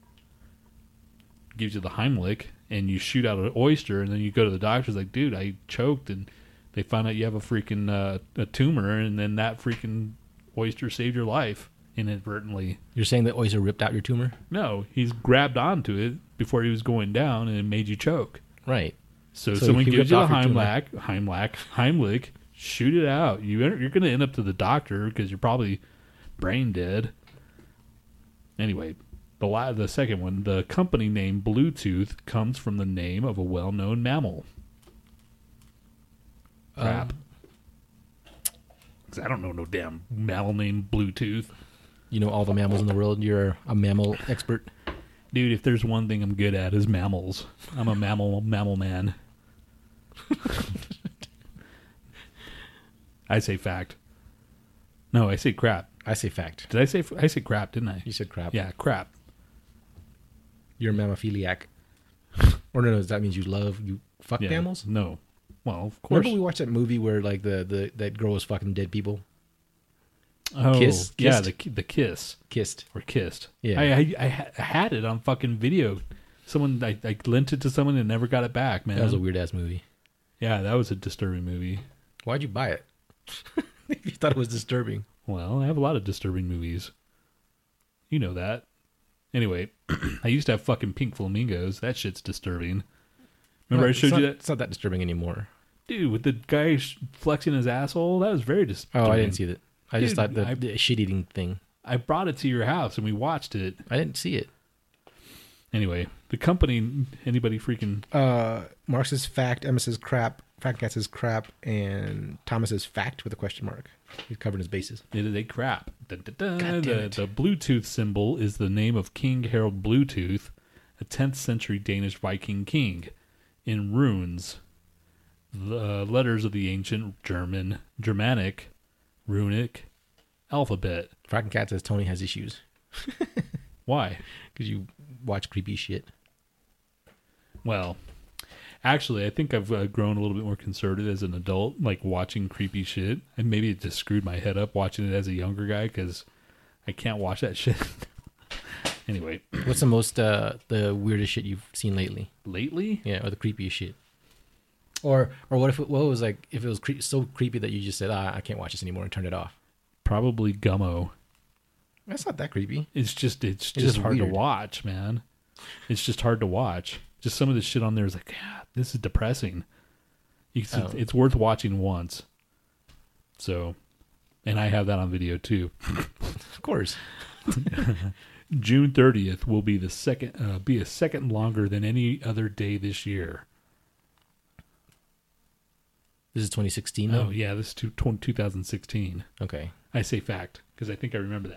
Speaker 1: gives you the Heimlich, and you shoot out an oyster, and then you go to the doctor's like, dude, I choked, and they find out you have a freaking uh, a tumor, and then that freaking oyster saved your life inadvertently.
Speaker 2: You're saying that oyster ripped out your tumor?
Speaker 1: No, he's grabbed onto it before he was going down, and it made you choke.
Speaker 2: Right.
Speaker 1: So,
Speaker 2: So
Speaker 1: someone
Speaker 2: if you
Speaker 1: gives you a
Speaker 2: ripped off your tumor-
Speaker 1: Heimlich, Heimlich, Heimlich, shoot it out. You enter, you're going to end up to the doctor because you're probably brain dead. Anyway, the la- the second one, the company name Bluetooth comes from the name of a well-known mammal. Crap. 'Cause I don't know no damn mammal named Bluetooth.
Speaker 2: You know all the mammals in the world. You're a mammal expert.
Speaker 1: Dude, if there's one thing I'm good at is mammals. I'm a mammal mammal man. I say fact. No, I say crap.
Speaker 2: I say fact.
Speaker 1: Did I say I say crap? Didn't I?
Speaker 2: You said crap.
Speaker 1: Yeah, crap.
Speaker 2: You're a mammophiliac. or no, no, that means you love you fuck
Speaker 1: Yeah.
Speaker 2: mammals.
Speaker 1: No. Well, of course.
Speaker 2: Remember we watched that movie where like the, the that girl was fucking dead people
Speaker 1: oh,
Speaker 2: Kiss-
Speaker 1: Yeah,
Speaker 2: kissed?
Speaker 1: the ki- the kiss
Speaker 2: kissed.
Speaker 1: or kissed.
Speaker 2: Yeah.
Speaker 1: I I, I ha- had it on fucking video. Someone I, I lent it to someone and never got it back, man.
Speaker 2: That was a weird ass movie.
Speaker 1: yeah, that was a disturbing movie.
Speaker 2: Why'd you buy it? you thought it was disturbing.
Speaker 1: Well, I have a lot of disturbing movies. You know that. Anyway, I used to have fucking pink flamingos. That shit's disturbing. Remember I
Speaker 2: It's
Speaker 1: showed
Speaker 2: not-
Speaker 1: you that
Speaker 2: It's not that disturbing anymore.
Speaker 1: dude with the guy sh- flexing his asshole? That was very
Speaker 2: Oh,
Speaker 1: disturbing.
Speaker 2: I didn't see that. I just
Speaker 1: Dude,
Speaker 2: thought the,
Speaker 1: I-
Speaker 2: the shit eating thing.
Speaker 1: I brought it to your house and we watched it.
Speaker 2: I didn't see it.
Speaker 1: Anyway, the company anybody freaking
Speaker 2: uh, Marx is fact, Emma says crap, Frankencat says crap, and Thomas is fact with a question mark. He's covering his bases.
Speaker 1: it is a crap. Dun, dun, dun.
Speaker 2: God damn
Speaker 1: the,
Speaker 2: it.
Speaker 1: the Bluetooth symbol is the name of King Harold Bluetooth, a 10th century Danish Viking king, in runes. The uh, letters of the ancient German, Germanic, runic alphabet.
Speaker 2: Frankencat says Tony has issues
Speaker 1: Why?
Speaker 2: because you watch creepy shit.
Speaker 1: Well, Actually, I think I've uh, grown a little bit more conservative as an adult, like watching creepy shit, and maybe it just screwed my head up watching it as a younger guy because I can't watch that shit. anyway,
Speaker 2: What's the most uh the weirdest shit you've seen lately?
Speaker 1: lately,
Speaker 2: Yeah, or the creepiest shit. Or or what if it, what was like if it was cre- so creepy that you just said ah, I can't watch this anymore and turned it off?
Speaker 1: probably Gummo.
Speaker 2: That's not that creepy.
Speaker 1: It's just it's just,
Speaker 2: just
Speaker 1: hard
Speaker 2: weird.
Speaker 1: to watch, man. It's just hard to watch. Just some of the shit on there is like, "God, this is depressing. It's,
Speaker 2: Oh.
Speaker 1: it's worth watching once. So, and I have that on video too.
Speaker 2: Of course.
Speaker 1: June 30th will be the second uh, be a second longer than any other day this year.
Speaker 2: This is 2016.
Speaker 1: Oh
Speaker 2: though?
Speaker 1: yeah, this is two, 2016.
Speaker 2: Okay.
Speaker 1: I say fact because I think I remember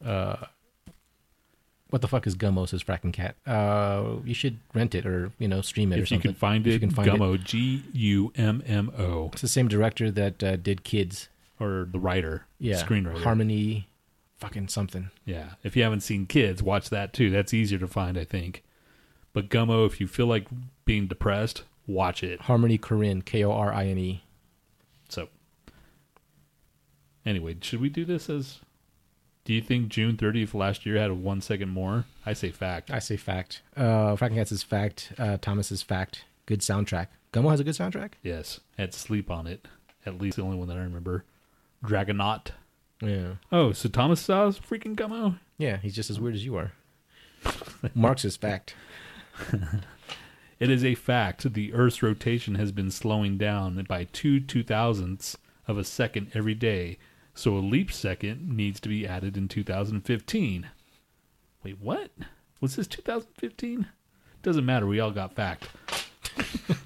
Speaker 1: that.
Speaker 2: What the fuck is Gummo? Says fracking cat. Uh, you should rent it or you know stream it or
Speaker 1: If you
Speaker 2: something.
Speaker 1: can find
Speaker 2: If
Speaker 1: it,
Speaker 2: you can find it.
Speaker 1: Gummo, G U M M O,
Speaker 2: It's the same director that uh, did Kids.
Speaker 1: or the writer,
Speaker 2: Yeah.
Speaker 1: screenwriter,
Speaker 2: Harmony, fucking something.
Speaker 1: Yeah. If you haven't seen Kids, watch that too. That's easier to find, I think. But Gummo, if you feel like being depressed, watch it.
Speaker 2: Harmony Corinne. K O R I N E.
Speaker 1: So, anyway, should we do this as? Do you think June 30th last year had a one second more? I say fact.
Speaker 2: I say fact. Uh, fracking cats is fact. Uh, Thomas is fact. Good soundtrack. Gummo has a good soundtrack.
Speaker 1: yes. Had sleep on it. At least the only one that I remember. Dragonaut.
Speaker 2: Yeah.
Speaker 1: Oh, so Thomas saw freaking Gummo?
Speaker 2: Yeah. He's just as weird as you are. Marx is fact.
Speaker 1: It is a fact the Earth's rotation has been slowing down by two two thousandths of a second every day, so a leap second needs to be added in 2015. Wait, what? Was this 2015? Doesn't matter. We all got fact. um,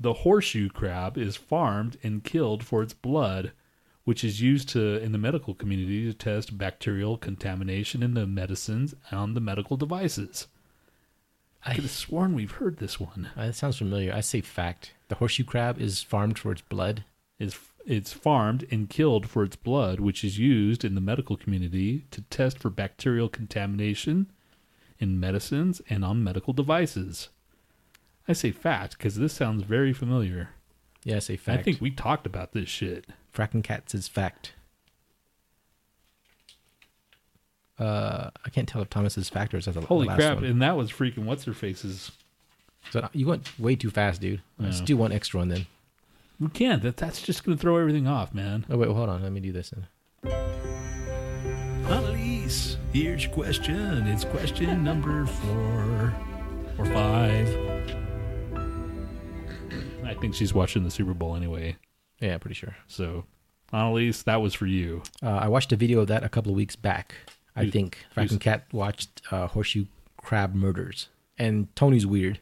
Speaker 1: the horseshoe crab is farmed and killed for its blood, which is used to in the medical community to test bacterial contamination in the medicines and the medical devices. I could have sworn we've heard this one.
Speaker 2: Uh, that sounds familiar. I say fact. The horseshoe crab is farmed for its blood.
Speaker 1: It's, it's farmed and killed for its blood, which is used in the medical community to test for bacterial contamination in medicines and on medical devices. I say fact because this sounds very familiar.
Speaker 2: Yeah, I say fact.
Speaker 1: I think we talked about this shit.
Speaker 2: fracking cats is fact. Uh, I can't tell if Thomas is fact or is that the
Speaker 1: Holy
Speaker 2: the last
Speaker 1: crap!
Speaker 2: one.
Speaker 1: And that was freaking what's her face's.
Speaker 2: So uh, you went way too fast, dude. Let's
Speaker 1: Yeah.
Speaker 2: do one extra one then.
Speaker 1: We can't. That that's just gonna throw everything off, man.
Speaker 2: Oh wait, hold on. Let me do this. Then.
Speaker 1: Annalise, here's your question. It's question number four or five. I think she's watching the Super Bowl anyway.
Speaker 2: Yeah, pretty sure.
Speaker 1: So, Annalise, that was for you.
Speaker 2: Uh, I watched a video of that a couple of weeks back. I
Speaker 1: Who's-
Speaker 2: think
Speaker 1: who's-
Speaker 2: fracking cat watched uh, horseshoe crab murders, and Tony's weird.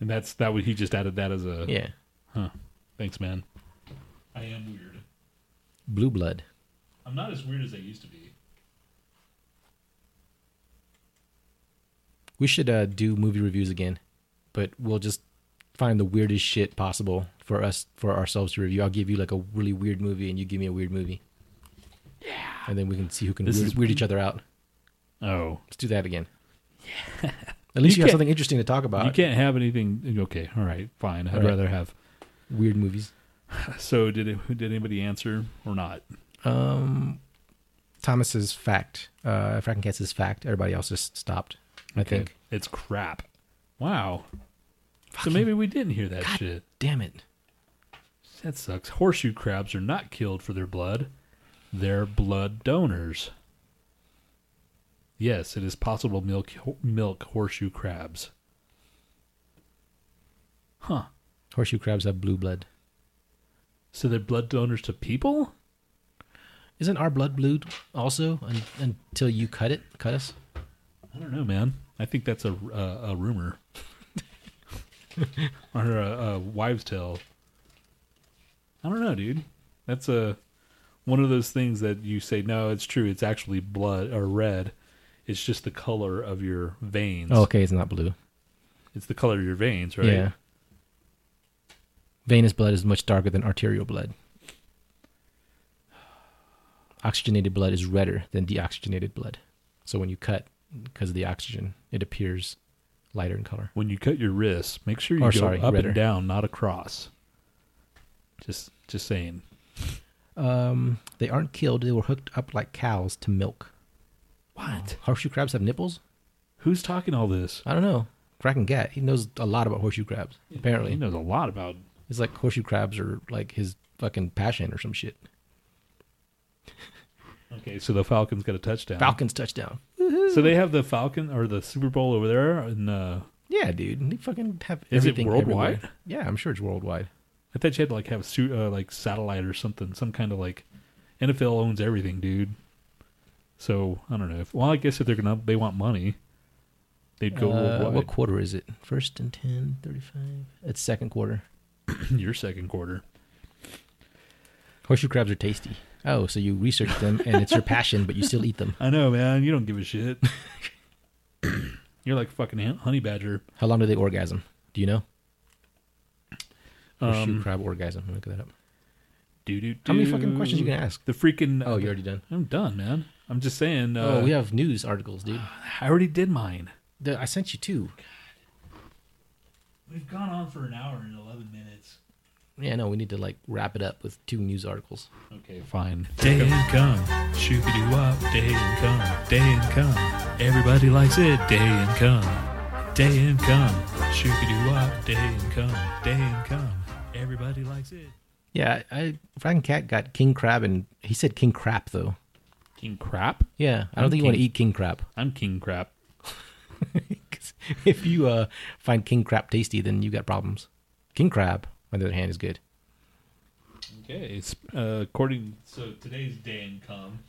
Speaker 1: And that's that. What he just added that as a.
Speaker 2: Yeah,
Speaker 1: Huh. Thanks, man.
Speaker 3: I am weird.
Speaker 2: blue blood.
Speaker 3: I'm not as weird as I used to be.
Speaker 2: We should uh, do movie reviews again, but we'll just find the weirdest shit possible for us for ourselves to review. I'll give you like a really weird movie, and you give me a weird movie. Yeah. And then we can see who can
Speaker 1: This
Speaker 2: weird,
Speaker 1: is-
Speaker 2: weird each other out.
Speaker 1: Oh,
Speaker 2: Let's do that again. Yeah. At least
Speaker 1: You
Speaker 2: you, have
Speaker 1: can't-
Speaker 2: something interesting to talk about.
Speaker 1: you can't have anything. Okay, all right, fine. I'd
Speaker 2: Uh, All right.
Speaker 1: rather have.
Speaker 2: Weird movies.
Speaker 1: So, did it, did anybody answer or not?
Speaker 2: Um, Thomas's fact. Uh, Fracking Cats is fact. Everybody else just stopped. I think.
Speaker 1: it's crap. Wow. So maybe we didn't hear that
Speaker 2: God
Speaker 1: shit.
Speaker 2: damn it.
Speaker 1: That sucks. Horseshoe crabs are not killed for their blood, they're blood donors. Yes, it is possible to milk milk horseshoe crabs. Huh.
Speaker 2: Horseshoe crabs have blue blood.
Speaker 1: So they're blood donors to people?
Speaker 2: Isn't our blood blue also un- until you cut it? Cut us?
Speaker 1: I don't know, man. I think that's a a, a rumor or a, a wives' tale. I don't know, dude. That's a one of those things that you say, no, it's true. It's actually blood or red. It's just the color of your veins.
Speaker 2: Oh, okay. It's not blue.
Speaker 1: It's the color of your veins, right?
Speaker 2: Yeah. Venous blood is much darker than arterial blood. Oxygenated blood is redder than deoxygenated blood. So when you cut, because of the oxygen. It appears lighter in color.
Speaker 1: When you cut your wrists, make sure you
Speaker 2: Or,
Speaker 1: go
Speaker 2: sorry,
Speaker 1: up
Speaker 2: redder.
Speaker 1: and down, not across. Just just saying.
Speaker 2: Um, they aren't killed. They were hooked up like cows to milk.
Speaker 1: What?
Speaker 2: Horseshoe crabs have nipples?
Speaker 1: Who's talking all this?
Speaker 2: I don't know. Kraken Gat, he knows a lot about horseshoe crabs, apparently.
Speaker 1: He knows a lot about
Speaker 2: It's like horseshoe crabs are like his fucking passion or some shit.
Speaker 1: Okay, so the Falcons got a touchdown.
Speaker 2: Falcons touchdown.
Speaker 1: So they have the Falcon or the Super Bowl over there and uh
Speaker 2: Yeah, dude. They fucking have
Speaker 1: Is it
Speaker 2: everything
Speaker 1: worldwide?
Speaker 2: everywhere. Yeah, I'm sure it's worldwide.
Speaker 1: I thought you had to like have su- uh, like satellite or something, some kind of like NFL owns everything, dude. So I don't know. If, well, I guess if they're gonna they want money, they'd go
Speaker 2: Uh,
Speaker 1: worldwide.
Speaker 2: what quarter is it? First and 10, 35. It's second quarter.
Speaker 1: Your second quarter.
Speaker 2: Horseshoe crabs are tasty. Oh, so you research them and it's your passion, but you still eat them.
Speaker 1: I know, man. You don't give a shit. You're like fucking hun- honey badger.
Speaker 2: How long do they orgasm? Do you know? Horseshoe
Speaker 1: Um,
Speaker 2: crab orgasm. I'm gonna look that up.
Speaker 1: Doo, doo,
Speaker 2: How many fucking questions you
Speaker 1: doo.
Speaker 2: gonna ask?
Speaker 1: The freaking.
Speaker 2: Oh, you're already done.
Speaker 1: I'm done, man. I'm just saying. Uh,
Speaker 2: oh, we have news articles, dude.
Speaker 1: I already did mine.
Speaker 2: The- I sent you two.
Speaker 3: We've gone on for an hour and 11 minutes.
Speaker 2: Yeah, no, we need to like wrap it up with two news articles.
Speaker 1: Okay, fine.
Speaker 3: Day and come, shooby doo up, day and come, day and come. Everybody likes it, day and come, day and come, shooby doo up, day and come, day and come. Everybody likes it.
Speaker 2: Yeah, I, I Frank Cat got king crab, and he said king crap though.
Speaker 1: King crap.
Speaker 2: Yeah, I don't think you want to
Speaker 1: king-
Speaker 2: eat king crab.
Speaker 1: I'm king crap.
Speaker 2: 'Cause if you uh, find king crab tasty, then you got problems. King crab, on the other hand, is good.
Speaker 1: Okay, it's, uh, according
Speaker 3: So today's day and come.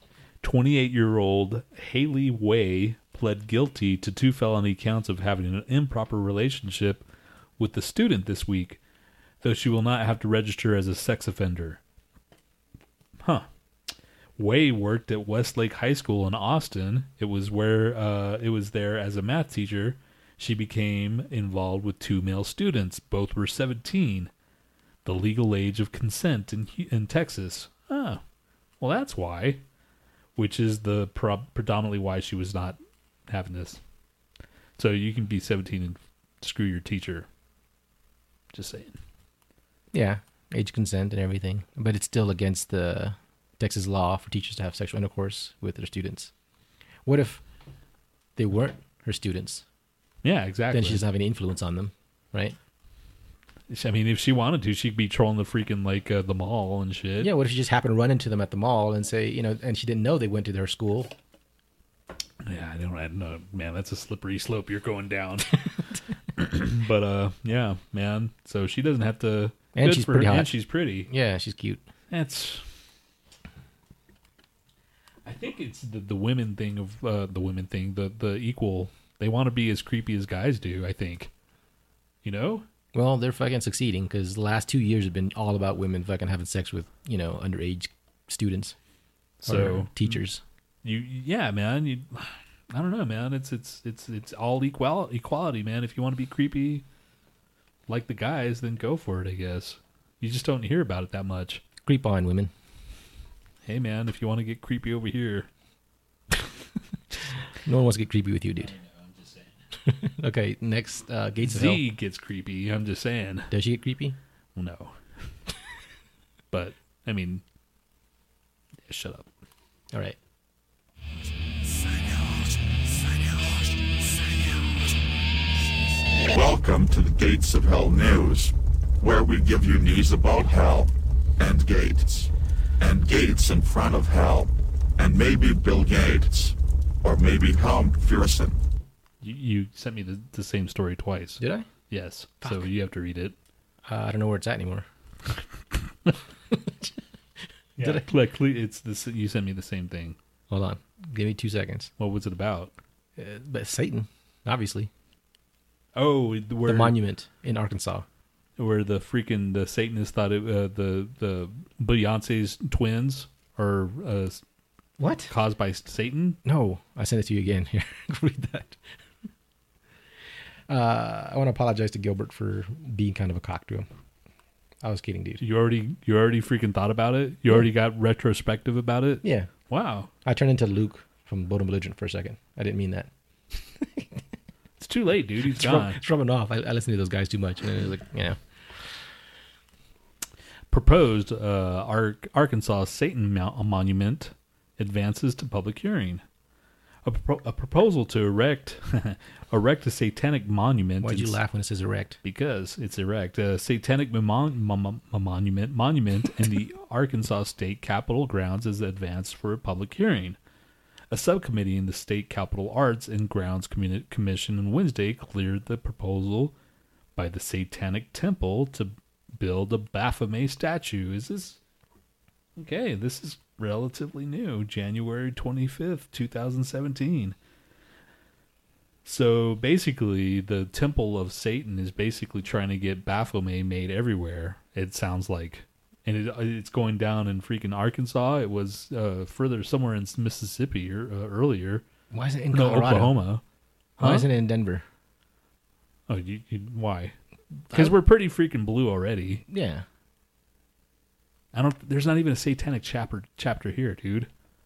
Speaker 1: 28 year old Haley Way pled guilty to two felony counts of having an improper relationship with the student this week, though she will not have to register as a sex offender. Huh. Way worked at Westlake High School in Austin. It was where uh, it was there as a math teacher. She became involved with two male students. Both were 17, the legal age of consent in in Texas. Ah, well, that's why which is the pro- predominantly why she was not having this. So you can be 17 and screw your teacher. Just saying.
Speaker 2: Yeah, age consent and everything, but it's still against the Texas law for teachers to have sexual intercourse with their students. What if they weren't her students?
Speaker 1: Yeah, exactly.
Speaker 2: Then she doesn't have any influence on them, right?
Speaker 1: I mean, if she wanted to, she'd be trolling the freaking like uh, the mall and shit.
Speaker 2: Yeah, what if she just happened to run into them at the mall and say, you know, and she didn't know they went to their school?
Speaker 1: Yeah, I don't, I don't know, man. That's a slippery slope you're going down. but uh, yeah, man. So she doesn't have to.
Speaker 2: And
Speaker 1: good
Speaker 2: she's
Speaker 1: for
Speaker 2: pretty
Speaker 1: her,
Speaker 2: hot.
Speaker 1: And she's pretty.
Speaker 2: Yeah, she's cute.
Speaker 1: That's. I think it's the the women thing of uh, the women thing. The the equal. They want to be as creepy as guys do. I think. You know.
Speaker 2: Well, they're fucking succeeding because the last two years have been all about women fucking having sex with, you know, underage students
Speaker 1: So
Speaker 2: or teachers.
Speaker 1: you yeah man you. I don't know man. It's it's it's it's all equal equality man. If you want to be creepy, like the guys, then go for it. I guess. You just don't hear about it that much.
Speaker 2: Creep on women.
Speaker 1: Hey man, if you want to get creepy over here,
Speaker 2: No one wants to get creepy with you, dude. okay, next uh, Gates of Hell.
Speaker 1: Z gets creepy. I'm just saying.
Speaker 2: Does she get creepy?
Speaker 1: No. but I mean, yeah, shut up.
Speaker 2: All right.
Speaker 9: Welcome to the Gates of Hell News, where we give you news about hell, and gates, and gates in front of hell, and maybe Bill Gates, or maybe Tom Pearson.
Speaker 1: You, you sent me the, the same story twice.
Speaker 2: Did I?
Speaker 1: Yes. So you have to read it.
Speaker 2: Uh, I don't know where it's at anymore.
Speaker 1: Yeah. Like cle- it's this. You sent me the same thing.
Speaker 2: Hold on. Give me two seconds.
Speaker 1: What was it about?
Speaker 2: Uh, but Satan, obviously.
Speaker 1: Oh, where
Speaker 2: The monument in Arkansas.
Speaker 1: where the freaking the Satanists thought it, uh, the the Beyonce's twins are uh, s-
Speaker 2: What?
Speaker 1: caused by Satan.
Speaker 2: No, I sent it to you again. Here, read that. Uh, I want to apologize to Gilbert for being kind of a cock to him. I was kidding, dude.
Speaker 1: You already you already freaking thought about it. You already got retrospective about it.
Speaker 2: Yeah,
Speaker 1: Wow.
Speaker 2: I turned into Luke from Bowden Belligerent for a second. I didn't mean that.
Speaker 1: It's too late, dude. He's
Speaker 2: It's, rub,
Speaker 1: gone.
Speaker 2: it's rubbing off. I, I listen to those guys too much, and then it's like, you know,
Speaker 1: Proposed uh, Ar- Arkansas Satan Mount- Monument advances to public hearing. A, pro- a proposal to erect erect a satanic monument.
Speaker 2: why'd
Speaker 1: in
Speaker 2: you
Speaker 1: s-
Speaker 2: laugh when it says erect?
Speaker 1: because it's erect a satanic mon- mon- mon- monument monument in the Arkansas state capitol grounds is advanced for a public hearing. A subcommittee in the state capitol arts and grounds Communi- commission on Wednesday cleared the proposal by the Satanic Temple to build a Baphomet statue. Is this okay? This is relatively new, January twenty fifth, two thousand seventeen. So basically, the Temple of Satan is basically trying to get Baphomet made everywhere. It sounds like, and it, uh, it's going down in freaking Arkansas. It was uh, further somewhere in Mississippi or, uh, earlier,
Speaker 2: Why is it in
Speaker 1: no
Speaker 2: Colorado?
Speaker 1: Oklahoma.
Speaker 2: Why
Speaker 1: Huh?
Speaker 2: isn't it in Denver?
Speaker 1: Oh, you, you, why? Because we're pretty freaking blue already.
Speaker 2: Yeah,
Speaker 1: I don't. There's not even a satanic chapter chapter here, dude.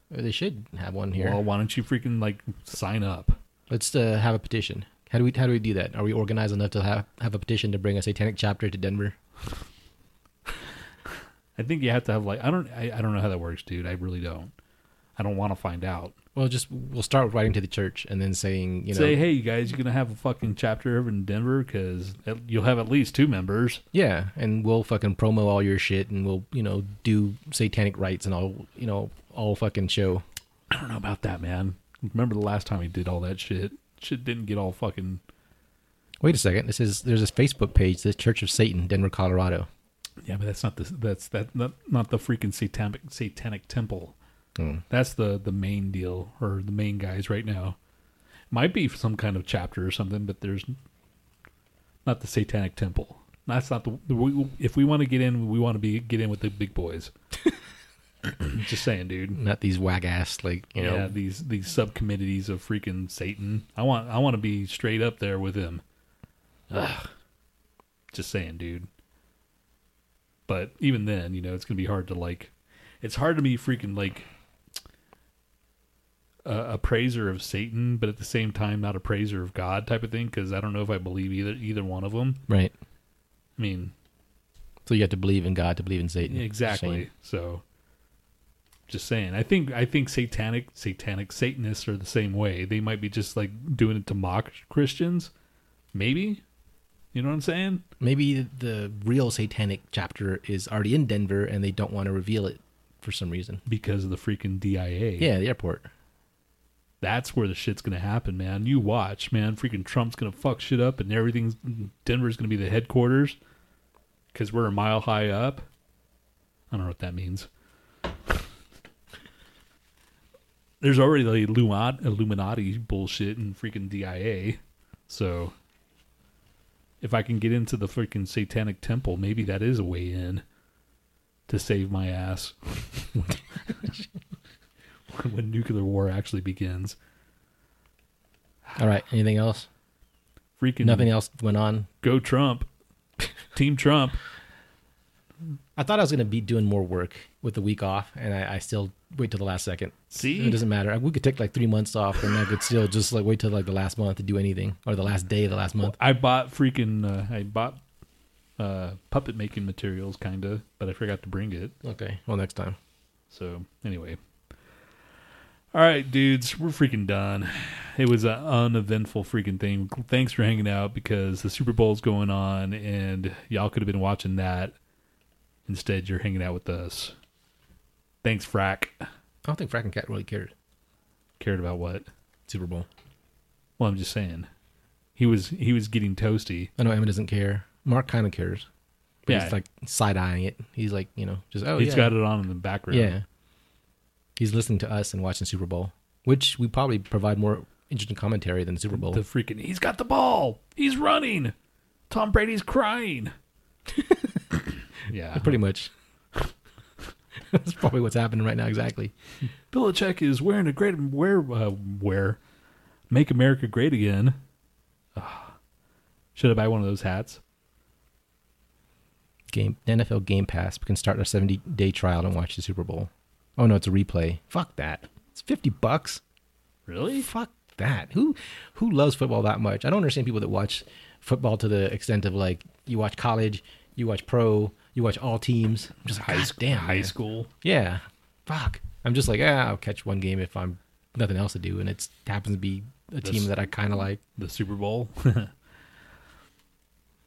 Speaker 2: they should have one here.
Speaker 1: Well, why don't you freaking like sign up?
Speaker 2: Let's uh, have a petition. How do we how do we do that? Are we organized enough to have have a petition to bring a satanic chapter to Denver?
Speaker 1: I think you have to have like I don't I, I don't know how that works, dude. I really don't. I don't want to find out.
Speaker 2: Well, just we'll start with writing to the church and then saying, you know,
Speaker 1: Say hey, you guys, you're gonna have a fucking chapter over in Denver because you'll have at least two members.
Speaker 2: yeah, and we'll fucking promo all your shit and we'll you know do satanic rites and all you know all fucking show.
Speaker 1: I don't know about that, man. Remember the last time he did all that shit? Shit didn't get all fucking.
Speaker 2: Wait a second. This is there's this Facebook page, the Church of Satan, Denver, Colorado.
Speaker 1: Yeah, but that's not the that's that not, not the freaking satanic satanic temple.
Speaker 2: Oh.
Speaker 1: That's the the main deal or the main guys right now. Might be some kind of chapter or something, but there's not the satanic temple. That's not the we, if we want to get in, we want to be get in with the big boys. Just saying, dude.
Speaker 2: Not these wag ass like you know.
Speaker 1: Yeah, these these subcommittees of freaking Satan. I want I want to be straight up there with him. Ugh. Just saying, dude. But even then, you know, it's gonna be hard to like. It's hard to be freaking like a, a praiser of Satan, but at the same time, not a praiser of God type of thing. Because I don't know if I believe either either one of them.
Speaker 2: Right.
Speaker 1: I mean,
Speaker 2: So you have to believe in God to believe in Satan.
Speaker 1: exactly.
Speaker 2: Shame.
Speaker 1: So, just saying. I think I think satanic satanic Satanists are the same way. They might be just like doing it to mock Christians, maybe. You know what I'm saying?
Speaker 2: Maybe the real satanic chapter is already in Denver and they don't want to reveal it for some reason.
Speaker 1: Because of the freaking DIA.
Speaker 2: Yeah, the airport.
Speaker 1: That's where the shit's gonna happen, man. You watch, man. Freaking Trump's gonna fuck shit up, and everything's Denver's gonna be the headquarters because we're a mile high up. I don't know what that means. There's already the Illuminati- Illuminati bullshit and freaking DIA, so if I can get into the freaking Satanic Temple, maybe that is a way in to save my ass when nuclear war actually begins.
Speaker 2: All right. Anything else?
Speaker 1: Freaking
Speaker 2: Nothing else went on.
Speaker 1: Go Trump. Team Trump.
Speaker 2: I thought I was going to be doing more work with the week off, and I, I still wait till the last second.
Speaker 1: See?
Speaker 2: It doesn't matter. We could take like three months off, and I could still just like wait till like the last month to do anything, or the last day of the last month.
Speaker 1: I bought freaking uh, I bought uh puppet making materials kinda, but I forgot to bring it.
Speaker 2: Okay. Well, next time.
Speaker 1: So anyway. Alright, dudes, we're freaking done. It was an uneventful freaking thing. Thanks for hanging out because the Super Bowl's going on and y'all could have been watching that. Instead you're hanging out with us. Thanks, Frack.
Speaker 2: I don't think Frack and Cat really cared.
Speaker 1: Cared about what?
Speaker 2: Super Bowl.
Speaker 1: Well, I'm just saying. He was he was getting toasty.
Speaker 2: I know Emma doesn't care. Mark kind of cares, but
Speaker 1: Yeah.
Speaker 2: he's like side eyeing it. He's like, you know, just oh
Speaker 1: He's
Speaker 2: yeah,
Speaker 1: got it on in the background.
Speaker 2: yeah. He's listening to us and watching Super Bowl, which we probably provide more interesting commentary than the Super Bowl.
Speaker 1: The freaking he's got the ball. He's running. Tom Brady's crying. yeah.
Speaker 2: Pretty much. That's probably what's happening right now. Exactly.
Speaker 1: Belichick is wearing a great wear uh, wear make America great again. Ah. should I buy one of those hats?
Speaker 2: Game NFL Game Pass. We can start our seventy day trial and watch the Super Bowl. Oh no, it's a replay. Fuck that. It's fifty bucks.
Speaker 1: Really?
Speaker 2: Fuck that? Who who loves football that much? I don't understand people that watch football to the extent of like you watch college, you watch pro, you watch all teams. I'm just like,
Speaker 1: High
Speaker 2: God
Speaker 1: school.
Speaker 2: damn,
Speaker 1: high
Speaker 2: man.
Speaker 1: school.
Speaker 2: Yeah, fuck. I'm just like, ah, I'll catch one game if I'm nothing else to do, and it happens to be a team that I kind of like.
Speaker 1: the Super Bowl.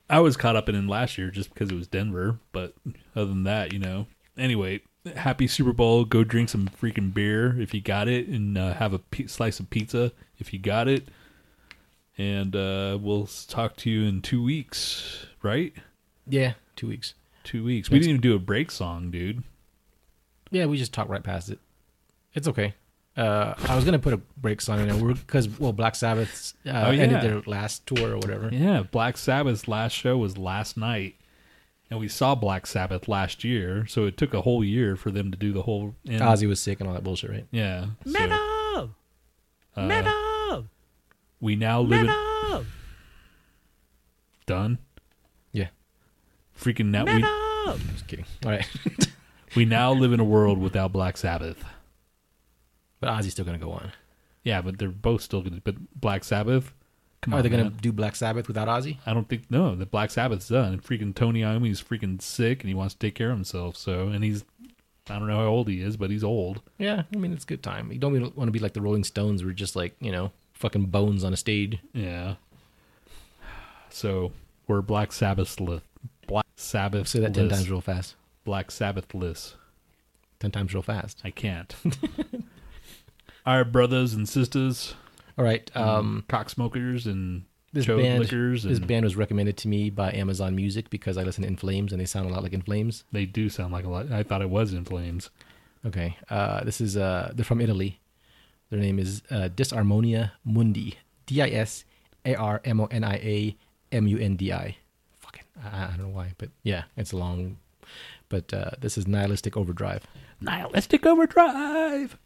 Speaker 1: I was caught up in it last year just because it was Denver, but other than that, you know. Anyway, happy Super Bowl. Go drink some freaking beer if you got it, and uh, have a pi- slice of pizza if you got it. And uh, we'll s- talk to you in two weeks, right?
Speaker 2: Yeah, two weeks.
Speaker 1: Two weeks. We didn't even do a break song, dude.
Speaker 2: Yeah, we just talk right past it. It's okay. Uh, I was gonna put a break song in there because well, Black Sabbath uh,
Speaker 1: Oh, yeah.
Speaker 2: ended their last tour or whatever.
Speaker 1: Yeah, Black Sabbath's last show was last night, and we saw Black Sabbath last year, so it took a whole year for them to do the whole. end.
Speaker 2: Ozzy was sick and all that bullshit, right?
Speaker 1: Yeah. so- uh,
Speaker 8: Metal! Metal!
Speaker 1: We now live in
Speaker 8: Metal!
Speaker 1: done.
Speaker 2: Yeah,
Speaker 1: Freaking now we
Speaker 8: Metal!
Speaker 2: just kidding. All right,
Speaker 1: we now live in a world without Black Sabbath.
Speaker 2: but Ozzy's still gonna go on.
Speaker 1: Yeah, but they're both still gonna. But Black Sabbath, come
Speaker 2: Are
Speaker 1: on,
Speaker 2: they gonna
Speaker 1: man.
Speaker 2: do Black Sabbath without Ozzy?
Speaker 1: I don't think no. The Black Sabbath's done. And freaking Tony Iommi's freaking sick, and he wants to take care of himself. So, and he's I don't know how old he is, but he's old.
Speaker 2: Yeah, I mean it's a good time. You don't want to be like the Rolling Stones, where you're just like you know fucking bones on a stage.
Speaker 1: Yeah. So we're Black Sabbath list. Black Sabbath.
Speaker 2: Say that ten
Speaker 1: list.
Speaker 2: times real fast.
Speaker 1: Black Sabbath list.
Speaker 2: Ten times real fast.
Speaker 1: I can't. Our brothers and sisters.
Speaker 2: All right.
Speaker 1: mm-hmm.
Speaker 2: Um,
Speaker 1: cock smokers and
Speaker 2: this
Speaker 1: chode
Speaker 2: band,
Speaker 1: lickers and
Speaker 2: this band was recommended to me by Amazon Music because I listen to In Flames and they sound a lot like In Flames.
Speaker 1: they do sound like a lot i thought it was in flames
Speaker 2: Okay. Uh, this is uh, they're from Italy. Their name is uh, Disarmonia Mundi. D I S A R M O N I A M U N D I. Fucking, I I don't know why, but yeah, it's a long. But uh, this is nihilistic overdrive.
Speaker 1: nihilistic overdrive